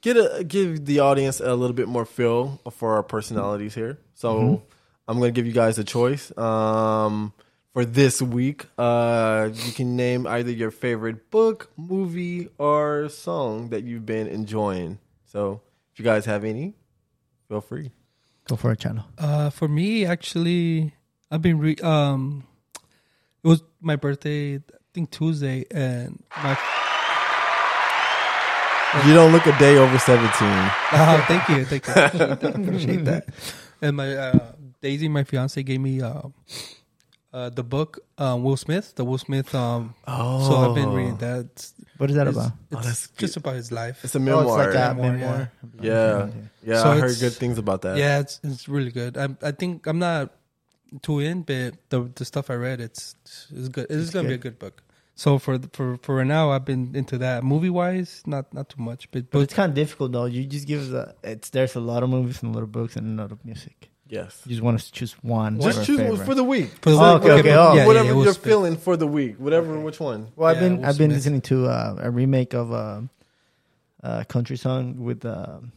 Speaker 3: get a, give the audience a little bit more feel for our personalities here. So
Speaker 2: Mm-hmm.
Speaker 3: I'm going to give you guys a choice um, for this week. Uh, you can name either your favorite book, movie, or song that you've been enjoying. So if you guys have any, feel free.
Speaker 1: Go for a channel.
Speaker 2: Uh, for me, actually, I've been re- um, it was my birthday, I think Tuesday, and my
Speaker 3: You don't look a day over 17.
Speaker 2: oh, thank you, thank you, appreciate that. And my uh, Daisy, my fiance, gave me uh, uh, the book um, Will Smith, the Will Smith. Um, oh, so I've been reading that. It's,
Speaker 1: What is that
Speaker 2: it's,
Speaker 1: about?
Speaker 3: Oh,
Speaker 2: it's
Speaker 3: that's
Speaker 2: just about his life.
Speaker 3: It's a
Speaker 1: Oh,
Speaker 3: memoir.
Speaker 1: it's like a
Speaker 2: Memoir,
Speaker 1: memoir.
Speaker 3: Yeah, yeah,
Speaker 2: So
Speaker 3: I heard
Speaker 2: it's-
Speaker 3: good things about that.
Speaker 2: Yeah, it's it's really good. I I think I'm not too in, but the the stuff I read, it's it's good. It's, gonna be a good book. So for the- for for right now, I've been into that. Movie wise, not not too much, but
Speaker 1: But
Speaker 2: but
Speaker 1: it's kind of difficult though. You just give the it's there's a lot of movies and a lot of books and a lot of music.
Speaker 3: Yes.
Speaker 1: You just want us to choose one.
Speaker 3: Just
Speaker 1: for
Speaker 3: choose
Speaker 1: a favorite.
Speaker 3: for the week.
Speaker 2: for the
Speaker 1: Oh, okay, okay, oh.
Speaker 2: yeah,
Speaker 3: whatever
Speaker 2: yeah, we'll
Speaker 3: you're
Speaker 2: split.
Speaker 3: feeling for the week, whatever which one.
Speaker 1: Well, I've
Speaker 2: Yeah,
Speaker 1: been
Speaker 2: Will
Speaker 1: I've been
Speaker 2: Smith.
Speaker 1: listening to uh, a remake of uh, a country song with um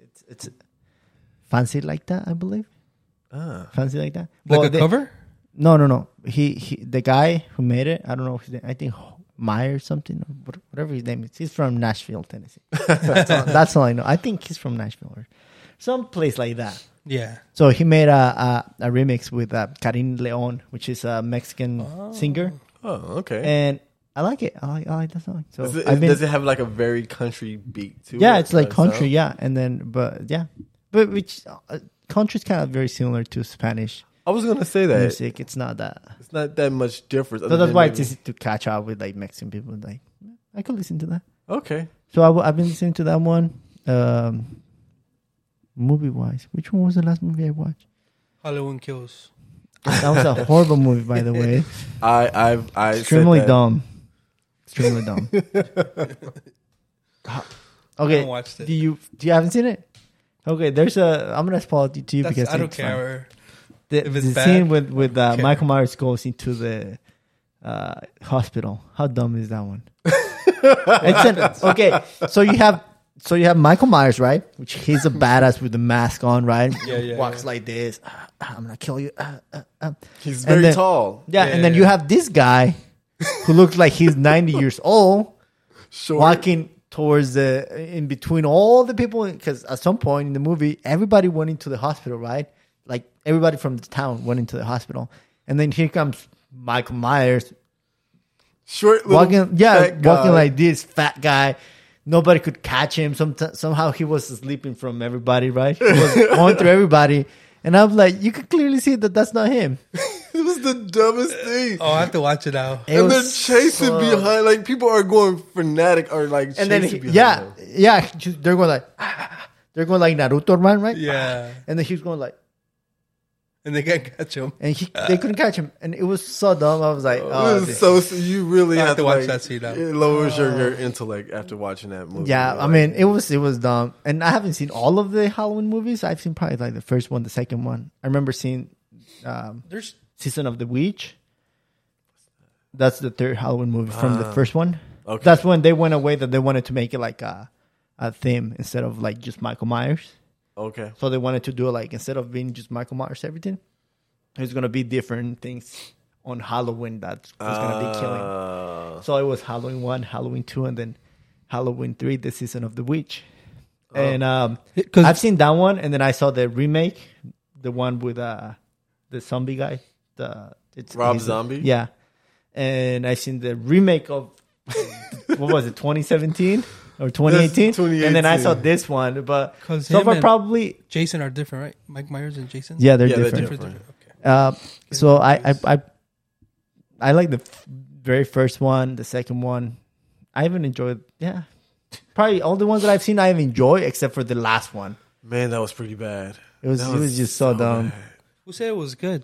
Speaker 1: it's it's fancy like that I believe
Speaker 3: Ah,
Speaker 1: fancy like that
Speaker 2: like
Speaker 1: Well,
Speaker 2: a
Speaker 1: they-
Speaker 2: cover.
Speaker 1: No, no, no. He he the guy who made it I don't know his name, I think Meyer or something or what- whatever his name is. He's from Nashville, Tennessee. that's, all, that's all I know. I think he's from Nashville or some place like that.
Speaker 2: Yeah,
Speaker 1: So he made a a, a remix with uh, Karin Leon, which is a Mexican singer,
Speaker 3: oh, okay.
Speaker 1: and I like it. I like, I like that song. So
Speaker 3: Does it,
Speaker 1: I've been,
Speaker 3: does it have like a very country beat to it? Uh,
Speaker 1: yeah, it's like
Speaker 3: or
Speaker 1: country,
Speaker 3: something?
Speaker 1: yeah, and then but yeah, but which uh, country's kind of very similar to Spanish
Speaker 3: I was gonna say that
Speaker 1: music. It's not that,
Speaker 3: it's not that much difference.
Speaker 1: so
Speaker 3: other
Speaker 1: that's
Speaker 3: than
Speaker 1: why it's
Speaker 3: maybe-
Speaker 1: easy to catch up with like Mexican people. Like I could listen to that.
Speaker 3: okay.
Speaker 1: So I w- I've been listening to that one. Um, movie wise, which one was the last movie I watched?
Speaker 2: Halloween Kills.
Speaker 1: That was a horrible movie, by the way.
Speaker 3: I I've I said
Speaker 1: extremely
Speaker 3: that.
Speaker 1: dumb. Extremely dumb.
Speaker 2: I
Speaker 1: okay.
Speaker 2: haven't watched it.
Speaker 1: Do you do you haven't seen it? Okay, there's a. I'm gonna spoil it to you
Speaker 2: That's,
Speaker 1: because
Speaker 2: I don't
Speaker 1: it's fine.
Speaker 2: care.
Speaker 1: The,
Speaker 2: if it's
Speaker 1: the
Speaker 2: bad,
Speaker 1: scene with with uh,
Speaker 2: care.
Speaker 1: Michael Myers goes into the uh, hospital. How dumb is that one? it's an, okay, so you have so you have Michael Myers, right? Which he's a badass with the mask on, right?
Speaker 2: Yeah, yeah,
Speaker 1: Walks
Speaker 2: yeah.
Speaker 1: like this. "Ah, ah, I'm gonna kill you. Ah, ah, ah."
Speaker 3: He's
Speaker 1: And
Speaker 3: very
Speaker 1: then-
Speaker 3: tall,
Speaker 1: Yeah,
Speaker 2: Yeah,
Speaker 1: and then
Speaker 2: yeah,
Speaker 1: you
Speaker 2: yeah.
Speaker 1: have this guy who looks like he's 90 years old
Speaker 3: short.
Speaker 1: walking towards the in between all the people because at some point in the movie everybody went into the hospital right like everybody from the town went into the hospital and then here comes michael myers
Speaker 3: short, little
Speaker 1: walking yeah
Speaker 3: fat
Speaker 1: walking
Speaker 3: guy.
Speaker 1: like this fat guy nobody could catch him Somet- somehow he was sleeping from everybody right he was going through everybody and i'm like you could clearly see that that's not him
Speaker 3: It was the dumbest thing.
Speaker 2: Oh, I have to watch it now.
Speaker 1: Uh, It
Speaker 3: and they're
Speaker 1: was
Speaker 3: chasing
Speaker 1: so-
Speaker 3: behind. Like people are going fanatic. Are like chasing
Speaker 1: And then he,
Speaker 3: behind
Speaker 1: yeah,
Speaker 3: them.
Speaker 1: yeah, just- they're going like ah, they're going like Naruto man, right?
Speaker 2: Yeah,
Speaker 1: And then he was going like,
Speaker 2: and they can't catch him.
Speaker 1: and he they couldn't catch him, and it was so dumb. I was like, oh,
Speaker 3: This is so so you really
Speaker 2: I
Speaker 3: have,
Speaker 2: have to watch
Speaker 3: like,
Speaker 2: that scene now. Uh,
Speaker 3: It lowers your, your intellect after watching that movie.
Speaker 1: Yeah,
Speaker 3: You're
Speaker 1: I
Speaker 3: like,
Speaker 1: mean, it was it was dumb, and I haven't seen all of the Halloween movies. I've seen probably like the first one, the second one. I remember seeing um,
Speaker 2: There's
Speaker 1: Season of the Witch. That's the third Halloween movie from the
Speaker 3: Ah,
Speaker 1: first one.
Speaker 3: okay.
Speaker 1: That's when they went away that they wanted to make it like a, a theme instead of like just Michael Myers.
Speaker 3: okay.
Speaker 1: So they wanted to do like instead of being just Michael Myers everything, there's gonna be different things on Halloween that's that's gonna
Speaker 3: Ah.
Speaker 1: be killing.
Speaker 3: Uh,
Speaker 1: So it was Halloween one, Halloween two, and then Halloween three, the season of the witch.
Speaker 3: Oh.
Speaker 1: And um,
Speaker 2: because
Speaker 1: I've seen that one, and then I saw the remake, the one with uh, the zombie guy, the it's
Speaker 3: Rob
Speaker 1: he's-
Speaker 3: Zombie?
Speaker 1: yeah. And I seen the remake of what was it, 2017 or 2018? And then I saw
Speaker 3: 2018.
Speaker 1: this one, but
Speaker 2: 'Cause
Speaker 1: so
Speaker 2: him
Speaker 1: far
Speaker 2: and-
Speaker 1: probably
Speaker 2: Jason are different, right? Mike Myers and Jason.
Speaker 1: yeah, they're
Speaker 3: Yeah, they're
Speaker 1: different.
Speaker 2: They're
Speaker 3: Different.
Speaker 2: different. Okay.
Speaker 1: Uh, so I, I I I like the f- very first one, the second one. I haven't enjoyed. Yeah, probably all the ones that I've seen, I have enjoyed except for the last one.
Speaker 3: man, that was pretty bad.
Speaker 1: It was
Speaker 3: That
Speaker 1: it was just so, dumb.
Speaker 2: Who said it was good?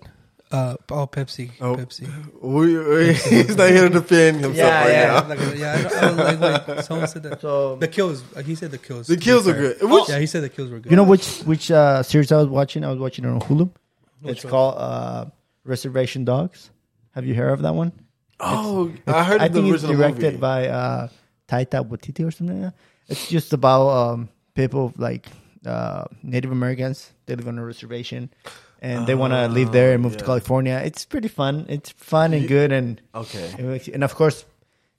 Speaker 2: Uh, oh, Pepsi.
Speaker 3: Oh.
Speaker 2: Pepsi.
Speaker 3: We, we- he's not here to defend himself
Speaker 1: Yeah,
Speaker 3: right
Speaker 1: Oh, yeah.
Speaker 3: now.
Speaker 2: I'm not gonna- yeah, I don't- I don't like when someone said that.
Speaker 1: So
Speaker 2: The kills. uh, He said the kills.
Speaker 3: The kills are good. Which-
Speaker 2: yeah, he said the kills were good.
Speaker 1: you know which which uh, series I was watching? I was watching it on Hulu.
Speaker 2: Which
Speaker 1: it's
Speaker 2: one?
Speaker 1: called uh, Reservation Dogs. Have you heard of that one?
Speaker 3: Oh, I heard
Speaker 1: I
Speaker 3: of the
Speaker 1: think it's
Speaker 3: original
Speaker 1: directed
Speaker 3: movie.
Speaker 1: by uh, Taita Waititi or something. Like that. It's just about um, people like uh, Native Americans. They live on a reservation, and they want to leave there and move to
Speaker 3: Ah, yeah.
Speaker 1: California. It's pretty fun. It's fun and good, and
Speaker 3: okay.
Speaker 1: it makes- and of course,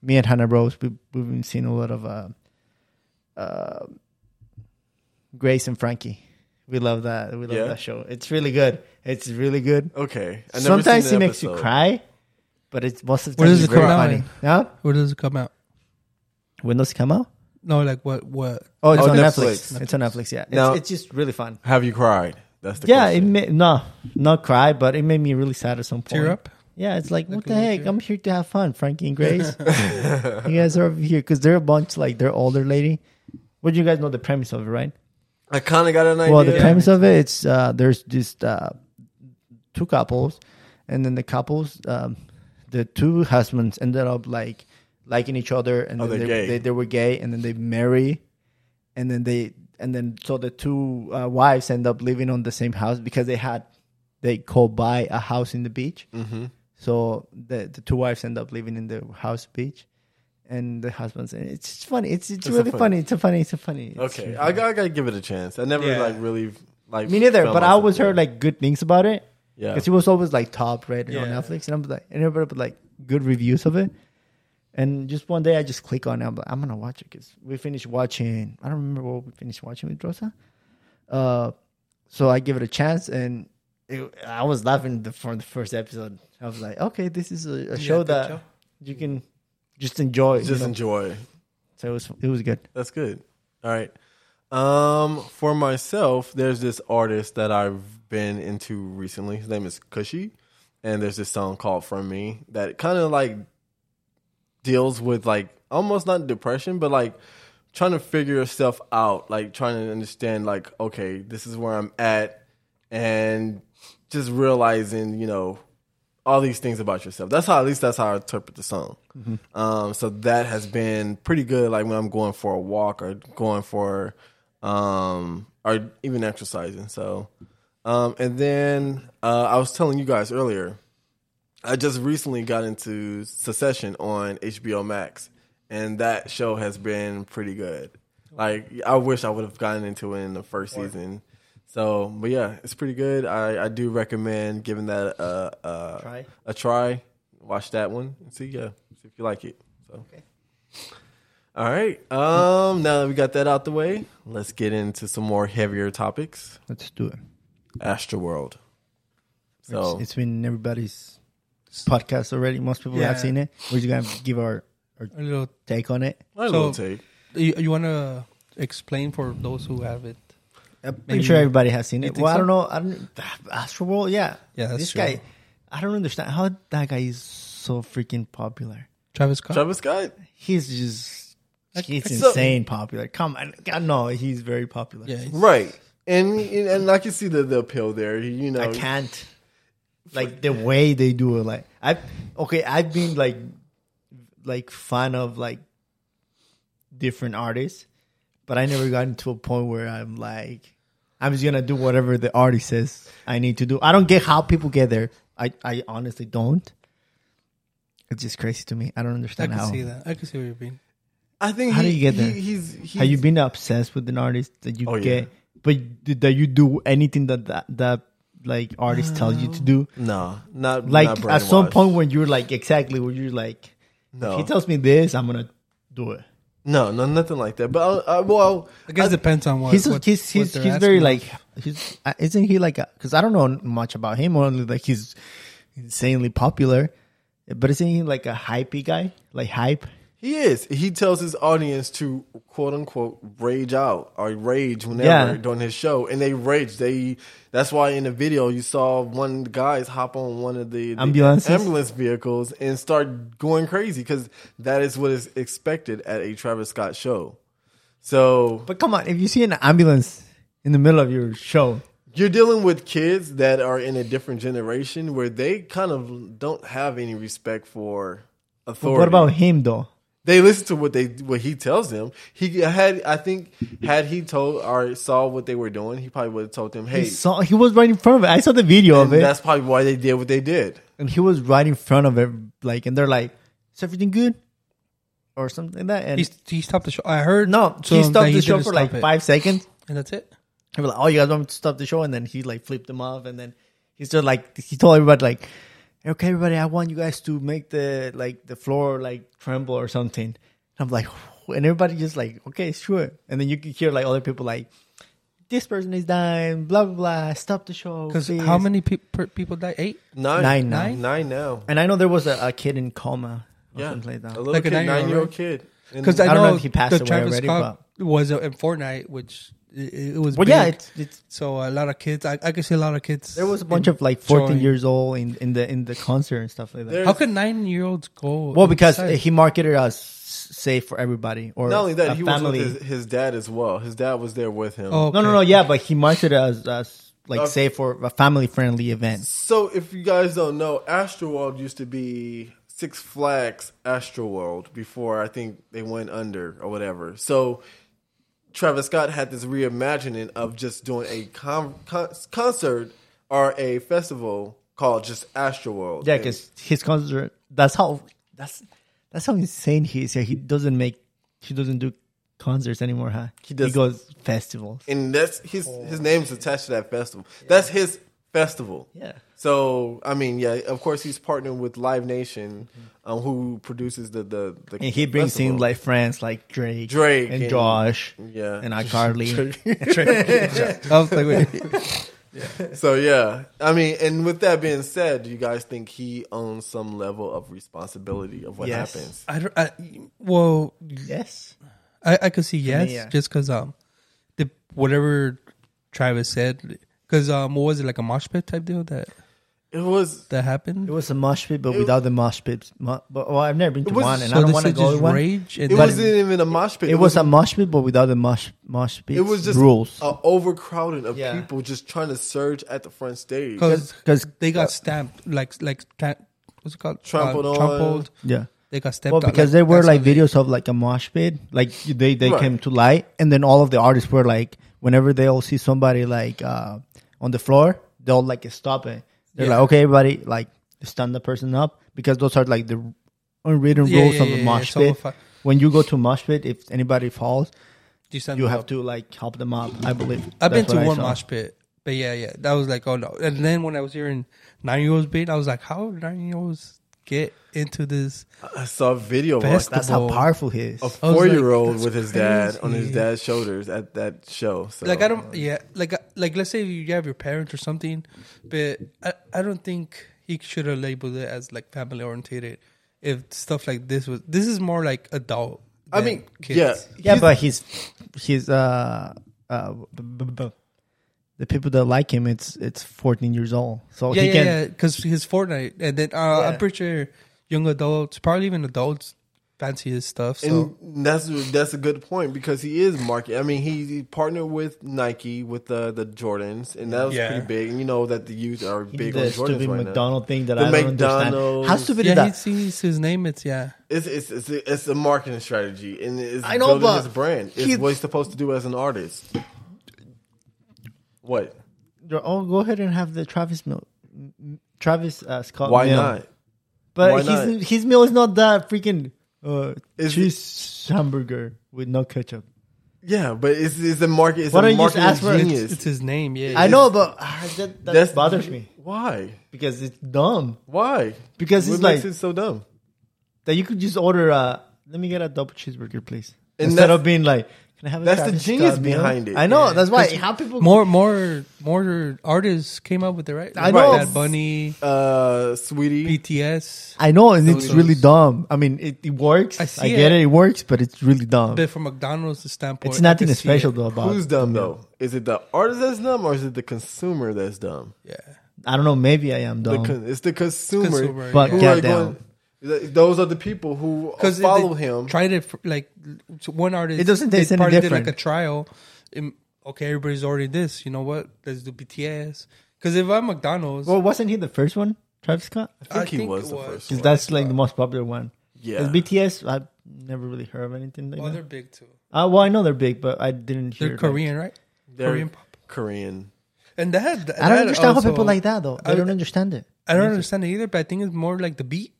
Speaker 1: me and Hannah Rose, we, we've been seeing a lot of uh, uh, Grace and Frankie. We love that. We love
Speaker 3: Yeah.
Speaker 1: that show. It's really good. It's really good.
Speaker 3: Okay. I never
Speaker 1: Sometimes
Speaker 3: seen
Speaker 1: it
Speaker 3: the
Speaker 1: makes you
Speaker 3: episode.
Speaker 1: cry, but it's most of the
Speaker 2: Where
Speaker 1: time
Speaker 2: does
Speaker 1: it's
Speaker 2: it
Speaker 1: very
Speaker 2: come out
Speaker 1: funny.
Speaker 2: in?
Speaker 1: Huh?
Speaker 2: Where does it come out?
Speaker 1: When does it come out?
Speaker 2: No, like what? What?
Speaker 1: Oh, it's
Speaker 3: Oh,
Speaker 1: on Netflix.
Speaker 3: Netflix.
Speaker 1: It's on Netflix. Yeah, it's,
Speaker 3: Now-
Speaker 1: it's just really fun.
Speaker 3: Have you cried? That's the
Speaker 1: Yeah, it
Speaker 3: question.
Speaker 1: made no, not cry, but it made me really sad at some point.
Speaker 2: Tear up.
Speaker 1: Yeah, it's like, what
Speaker 2: Like a
Speaker 1: the
Speaker 2: little
Speaker 1: heck?
Speaker 2: tear
Speaker 1: I'm here to have fun, Frankie and Grace. you guys are over here because they're a bunch like they're older lady. But you guys know the premise of it, right?
Speaker 3: I kind of got an idea.
Speaker 1: Well, the premise of it, it's uh, there's just uh, two couples, and then the couples, um, the two husbands ended up like liking each other, and
Speaker 3: Oh,
Speaker 1: then they,
Speaker 3: they're gay.
Speaker 1: They, they were gay, and then they marry, and then they and then so the two uh, wives end up living on the same house because they had they co buy a house in the beach.
Speaker 3: Mhm.
Speaker 1: So the the two wives end up living in the house beach. And the husbands, and it's just funny. It's it's,
Speaker 3: It's a
Speaker 1: really
Speaker 3: funny-
Speaker 1: funny. It's a funny. It's a funny. it's
Speaker 3: Okay,
Speaker 1: really
Speaker 3: I, got- I gotta give it a chance. I never
Speaker 2: Yeah.
Speaker 3: like really like
Speaker 1: me neither.
Speaker 3: found
Speaker 1: But I
Speaker 3: myself
Speaker 1: always
Speaker 3: there.
Speaker 1: heard like good things about it
Speaker 3: yeah,
Speaker 1: because it was always like top rated on
Speaker 2: Yeah.
Speaker 1: Netflix, and I'm like, and everybody put like good reviews of it. And just one day, I just click on it. I'm like, I'm gonna watch it because we finished watching. I don't remember what we finished watching with Rosa. Uh, so I give it a chance, and it, I was laughing the, from the first episode. I was like, okay, this is a, a show
Speaker 2: good
Speaker 1: that
Speaker 2: show.
Speaker 1: you can just enjoy. you
Speaker 3: just
Speaker 1: know?
Speaker 3: enjoy.
Speaker 1: So it was it was good.
Speaker 3: That's good. All right. Um, for myself, there's this artist that I've been into recently. His name is Cushy, and there's this song called "From Me" that kind of like deals with like almost not depression, but like trying to figure yourself out, like trying to understand, like okay, this is where I'm at, and just realizing, you know, all these things about yourself. That's how, at least, that's how I interpret the song. Um, so that has been pretty good. Like when I'm going for a walk or going for, um, or even exercising. So, um, and then uh, I was telling you guys earlier, I just recently got into Secession on HBO Max, and that show has been pretty good. Like I wish I would have gotten into it in the first season. So, but yeah, it's pretty good. I, I do recommend giving that a, a
Speaker 1: Try.
Speaker 3: a try. Watch that one and see yeah, see if you like it. So, all right. Um, now that we got that out the way, let's get into some more heavier topics.
Speaker 1: Let's do it.
Speaker 3: Astroworld. So
Speaker 1: It's- it's been everybody's podcast already. Most people have
Speaker 2: Yeah.
Speaker 1: seen it. We're just gonna give our
Speaker 2: A little.
Speaker 1: take on it.
Speaker 3: my little
Speaker 2: so-
Speaker 3: take.
Speaker 2: You, you want to explain for those who haven't?
Speaker 1: I'm pretty
Speaker 2: Maybe
Speaker 1: sure
Speaker 2: you-
Speaker 1: everybody has seen
Speaker 2: you
Speaker 1: it.
Speaker 2: think
Speaker 1: Well, I
Speaker 2: so?
Speaker 1: don't know. I don't, Astro World, yeah,
Speaker 2: Yeah, that's
Speaker 1: this
Speaker 2: true.
Speaker 1: guy. I don't understand how that guy is so freaking popular.
Speaker 2: Travis Scott.
Speaker 3: Travis Scott.
Speaker 1: He's just he's
Speaker 3: so-
Speaker 1: insane popular. Come on, God, no, he's very popular.
Speaker 2: Yeah, he's-
Speaker 3: Right. And and and I can see the, the appeal there. You know,
Speaker 1: I can't. Like the way they do it, like I okay, I've been like like fan of like different artists, but I never gotten to a point where I'm like I'm just gonna do whatever the artist says I need to do. I don't get how people get there. I, I honestly don't. It's just crazy to me. I don't
Speaker 2: I
Speaker 1: understand
Speaker 2: can
Speaker 1: how
Speaker 2: see that. I can see what you mean.
Speaker 3: I think
Speaker 1: How
Speaker 3: he,
Speaker 1: do you get
Speaker 3: he-
Speaker 1: there?
Speaker 3: he's, he's
Speaker 1: have you been obsessed with an artist that you
Speaker 3: Oh,
Speaker 1: get
Speaker 3: yeah.
Speaker 1: but th- that you do anything that that, that like artist tells you to
Speaker 2: Uh,
Speaker 1: do
Speaker 3: no, not
Speaker 1: like
Speaker 3: not
Speaker 1: at some
Speaker 3: brainwashed.
Speaker 1: point when you're like exactly where you're like
Speaker 3: No,
Speaker 1: he tells me this i'm gonna do it
Speaker 3: no, no, nothing like that. But I, I, well,
Speaker 2: I guess it depends on what
Speaker 1: he's
Speaker 2: what-
Speaker 1: he's
Speaker 2: what
Speaker 1: he's,
Speaker 2: they're
Speaker 1: he's very
Speaker 2: asking
Speaker 1: like
Speaker 2: of.
Speaker 1: he's uh, isn't he like because i don't know much about him only like he's insanely popular but isn't he like a hypey guy like hype
Speaker 3: he is. He tells his audience to quote unquote rage out or rage whenever
Speaker 1: Yeah.
Speaker 3: during his show, and they rage. They that's why in the video you saw one guys hop on one of the, the
Speaker 1: Ambulances?
Speaker 3: ambulance vehicles and start going crazy because that is what is expected at a Travis Scott show. So
Speaker 1: but come on if you see an ambulance in the middle of your show
Speaker 3: you're dealing with kids that are in a different generation where they kind of don't have any respect for authority.
Speaker 1: what about him though
Speaker 3: they listen to what they what he tells them? He had I think had he told or saw what they were doing, he probably would have told them, "Hey,
Speaker 1: He saw he was right in front of it. I saw the video of it,
Speaker 3: that's probably why they did what they did."
Speaker 1: and he was right in front of it. Like, and they're like, "Is everything good?" or something like that. And
Speaker 2: He's, he stopped the show. I heard
Speaker 1: no,
Speaker 2: so
Speaker 1: he stopped
Speaker 2: that
Speaker 1: the show
Speaker 2: didn't
Speaker 1: for
Speaker 2: stop
Speaker 1: like
Speaker 2: it.
Speaker 1: five seconds.
Speaker 2: and that's it.
Speaker 1: He was like, "Oh, you guys want me to stop the show?" And then he like flipped them off, and then he's just like he told everybody like, "Okay, everybody, I want you guys to make the like the floor like tremble or something." And I'm like, and everybody just like, "Okay, sure." And then you can hear like other people like. This person is dying, blah blah blah. Stop the show.
Speaker 2: Because
Speaker 1: please."
Speaker 2: how many peop per, people died? Eight.
Speaker 3: Nine,
Speaker 1: Nine now.
Speaker 3: nine now.
Speaker 1: And I know there was a, a kid in coma or
Speaker 3: Yeah,
Speaker 1: something like
Speaker 3: a
Speaker 1: that.
Speaker 3: little
Speaker 2: Like a
Speaker 3: kid,
Speaker 2: nine-year-old,
Speaker 3: nine year old
Speaker 2: right?
Speaker 3: kid. And
Speaker 2: Because I,
Speaker 1: I don't
Speaker 2: know,
Speaker 1: know if he passed
Speaker 2: the
Speaker 1: away
Speaker 2: Travis
Speaker 1: already,
Speaker 2: Scott was in Fortnite, which it, it was.
Speaker 1: Well,
Speaker 2: big.
Speaker 1: yeah, it's, it's,
Speaker 2: so a lot of kids. I, I could see a lot of kids.
Speaker 1: there was a bunch of like 14
Speaker 2: Join.
Speaker 1: years old in, in the in the concert and stuff like that.
Speaker 3: There-
Speaker 2: How could nine year olds go?
Speaker 1: well, because
Speaker 2: inside?
Speaker 1: he marketed us safe for everybody or
Speaker 3: not only that,
Speaker 1: a
Speaker 3: he
Speaker 1: family.
Speaker 3: was with his, his dad as well. His dad was there with him.
Speaker 2: oh,
Speaker 1: No, no,
Speaker 2: okay.
Speaker 1: no, yeah, but he marketed us as like
Speaker 3: Okay.
Speaker 1: safe for a family friendly event.
Speaker 3: So, if you guys don't know, Astroworld used to be Six Flags Astroworld before I think they went under or whatever. So, Travis Scott had this reimagining of just doing a con- con- concert or a festival called just Astroworld.
Speaker 1: Yeah, because his concert. That's how. That's that's how insane he is. Yeah, he doesn't make. He doesn't do concerts anymore. Huh? He
Speaker 3: does-
Speaker 1: He goes festivals.
Speaker 3: and that's his
Speaker 1: Oh,
Speaker 3: his name's attached to that festival. That's his festival.
Speaker 1: Yeah.
Speaker 3: So I mean, yeah, of course he's partnering with Live Nation, um, who produces the the, the
Speaker 1: Mm-hmm. And he brings
Speaker 3: festival.
Speaker 1: in like friends like Drake,
Speaker 3: Drake
Speaker 1: and,
Speaker 3: and-
Speaker 1: Josh,
Speaker 3: yeah.
Speaker 1: and iCarly.
Speaker 2: I was like, wait.
Speaker 3: So yeah, I mean, and with that being said, do you guys think he owns some level of responsibility of what
Speaker 1: Yes.
Speaker 3: happens?
Speaker 2: I, don't- I, well,
Speaker 1: yes,
Speaker 2: I, I could see yes,
Speaker 1: yeah.
Speaker 2: just because um, the whatever Travis said, because um, what was it like a mosh pit type deal that
Speaker 3: It was
Speaker 2: that happened?
Speaker 1: it was a mosh pit, but without the mosh pits. Mo- but well, I've never been to
Speaker 3: was-
Speaker 1: one, and
Speaker 2: so
Speaker 1: I don't
Speaker 2: they
Speaker 1: want to
Speaker 2: said
Speaker 1: go to
Speaker 2: just
Speaker 1: one.
Speaker 2: rage and
Speaker 3: it
Speaker 2: then-
Speaker 3: wasn't even a mosh pit.
Speaker 1: It was a mosh pit, but without the mosh mosh pit.
Speaker 3: it was just
Speaker 1: rules.
Speaker 3: a overcrowding of
Speaker 1: Yeah.
Speaker 3: people just trying to surge at the front stage.
Speaker 2: because
Speaker 1: 'Cause-
Speaker 2: they got stamped like like tra- what's it called Uh,
Speaker 3: Trampled on.
Speaker 2: trampled.
Speaker 1: yeah.
Speaker 2: They got stamped
Speaker 1: Well,
Speaker 2: on,
Speaker 1: because there were
Speaker 2: that's
Speaker 1: like
Speaker 2: how they-
Speaker 1: videos of like a mosh pit, like they they
Speaker 3: Right.
Speaker 1: came to light, and then all of the artists were like, whenever they all see somebody like uh, on the floor, they'll like stop it. They're
Speaker 2: Yeah.
Speaker 1: like, okay, everybody, like stand the person up because those are like the unwritten
Speaker 2: Yeah,
Speaker 1: rules
Speaker 2: yeah,
Speaker 1: of
Speaker 2: yeah,
Speaker 1: a
Speaker 2: yeah.
Speaker 1: mosh
Speaker 2: So
Speaker 1: pit.
Speaker 2: if I-
Speaker 1: when you go to a mosh pit, if anybody falls,
Speaker 2: Do stand
Speaker 1: you
Speaker 2: them
Speaker 1: have
Speaker 2: up?
Speaker 1: to like help them up. I believe.
Speaker 2: I've been
Speaker 1: That's
Speaker 2: to
Speaker 1: what I
Speaker 2: one
Speaker 1: saw.
Speaker 2: mosh pit, but yeah, yeah, that was like oh no. And then when I was hearing nine year olds beat, I was like, how nine year olds get into this?
Speaker 3: I saw a video of
Speaker 2: Best
Speaker 3: like,
Speaker 1: That's how
Speaker 2: Well,
Speaker 1: powerful he is.
Speaker 3: a
Speaker 2: I was
Speaker 3: four
Speaker 2: like,
Speaker 3: year old
Speaker 2: "That's
Speaker 3: with his dad on his
Speaker 2: crazy."
Speaker 3: dad's shoulders at that show.
Speaker 1: Oh,
Speaker 3: So
Speaker 2: Like I don't, yeah, like uh, like let's say you have your parents or something, but I I don't think he should have labeled it as like family oriented. If stuff like this was, this is more like adult.
Speaker 3: I
Speaker 2: than
Speaker 3: mean,
Speaker 2: kids.
Speaker 3: yeah,
Speaker 1: Yeah,
Speaker 3: he's-
Speaker 1: but he's he's uh uh b- b- b- the people that like him, it's it's 14 years old. So
Speaker 2: yeah,
Speaker 1: he
Speaker 2: yeah,
Speaker 1: can.
Speaker 2: yeah, because his Fortnite, and then uh, I'm pretty sure young adults, probably even adults, fancy his stuff. So
Speaker 3: And that's that's a good point because he is market. I mean, he, he partnered with Nike with the the Jordans, and that was
Speaker 2: Yeah.
Speaker 3: pretty big. And you know that the youth are big on
Speaker 1: The
Speaker 3: Jordans
Speaker 1: stupid
Speaker 3: right now.
Speaker 1: McDonald thing that
Speaker 3: The
Speaker 1: I don't understand.
Speaker 3: McDonald's.
Speaker 1: How stupid
Speaker 2: yeah, he
Speaker 1: is that?
Speaker 2: sees his name. It's yeah,
Speaker 3: It's it's it's a, it's a marketing strategy, and it's
Speaker 1: I know,
Speaker 3: building
Speaker 1: but
Speaker 3: his brand. It's
Speaker 1: he-
Speaker 3: what he's supposed to do as an artist. What?
Speaker 1: Oh, go ahead and have the Travis Mill. Travis uh, Scott.
Speaker 3: Why
Speaker 1: meal.
Speaker 3: not? Why
Speaker 1: But
Speaker 3: not?
Speaker 1: his his meal is not that freaking uh,
Speaker 3: Is
Speaker 1: cheese hamburger with no ketchup.
Speaker 3: Yeah, but it's it's a market. It's
Speaker 1: Why don't
Speaker 3: a
Speaker 1: you just
Speaker 3: marketing
Speaker 1: ask for it?
Speaker 3: genius.
Speaker 2: it's his name. Yeah,
Speaker 1: I know, but uh, that, that
Speaker 3: That's-
Speaker 1: bothers me
Speaker 3: Why?
Speaker 1: because it's dumb.
Speaker 3: Why?
Speaker 1: Because
Speaker 3: what
Speaker 1: it's
Speaker 3: makes
Speaker 1: like-
Speaker 3: it so dumb?
Speaker 1: That you could just order. Uh, let me get a double cheeseburger, please.
Speaker 3: And
Speaker 1: Instead
Speaker 3: that's-
Speaker 1: of being like, can I have? A
Speaker 3: that's the
Speaker 1: Travis
Speaker 3: genius
Speaker 1: Scott meal?"
Speaker 3: behind it.
Speaker 1: I know.
Speaker 3: Yeah.
Speaker 1: That's why how people.
Speaker 2: more more more artists came up with it, right?
Speaker 1: I
Speaker 2: Like
Speaker 1: know.
Speaker 2: Bad Bunny,
Speaker 3: Uh, sweetie,
Speaker 2: BTS,
Speaker 1: I know, and it's
Speaker 2: Those-
Speaker 1: really dumb. I mean, it, it works.
Speaker 2: I
Speaker 1: I,
Speaker 2: see
Speaker 1: get
Speaker 2: it.
Speaker 1: it. It works, but it's really dumb.
Speaker 2: but from McDonald's standpoint,
Speaker 1: it's
Speaker 2: I
Speaker 1: nothing
Speaker 2: could see
Speaker 1: special
Speaker 2: it.
Speaker 1: though about.
Speaker 3: Who's dumb though? Is it the artist that's dumb or is it the consumer that's dumb?
Speaker 2: Yeah,
Speaker 1: I don't know. Maybe I am
Speaker 3: The
Speaker 1: dumb.
Speaker 3: con- it's the consumer.
Speaker 2: Consumer,
Speaker 1: But
Speaker 3: who
Speaker 1: yeah.
Speaker 3: are
Speaker 1: goddamn.
Speaker 3: going- th- those are the people who
Speaker 2: because
Speaker 3: follow him.
Speaker 2: Tried it for, like so one artist.
Speaker 1: It doesn't taste
Speaker 2: they
Speaker 1: any
Speaker 2: probably Did like
Speaker 1: different.
Speaker 2: a trial. and, okay, everybody's already this. You know what? Let's do BTS. Because if I'm McDonald's,
Speaker 1: well, wasn't he the first one, Travis Scott?
Speaker 3: I think
Speaker 2: I
Speaker 3: he
Speaker 2: think
Speaker 3: was
Speaker 2: it
Speaker 3: the
Speaker 2: was.
Speaker 3: first
Speaker 1: Because
Speaker 3: one.
Speaker 1: that's like the most popular one.
Speaker 3: Yeah.
Speaker 1: 'Cause BTS, I've never really heard of anything like
Speaker 2: oh, they're
Speaker 1: that.
Speaker 2: big too.
Speaker 1: Uh, well, I know they're big, but I didn't hear.
Speaker 2: They're
Speaker 1: like-
Speaker 2: Korean, right?
Speaker 3: They're
Speaker 2: Korean pop.
Speaker 3: Korean.
Speaker 2: And that, that
Speaker 1: I don't understand
Speaker 2: also-
Speaker 1: how people like that though. I,
Speaker 2: I-
Speaker 1: don't understand it.
Speaker 2: I don't understand it either. But I think it's more like the beat,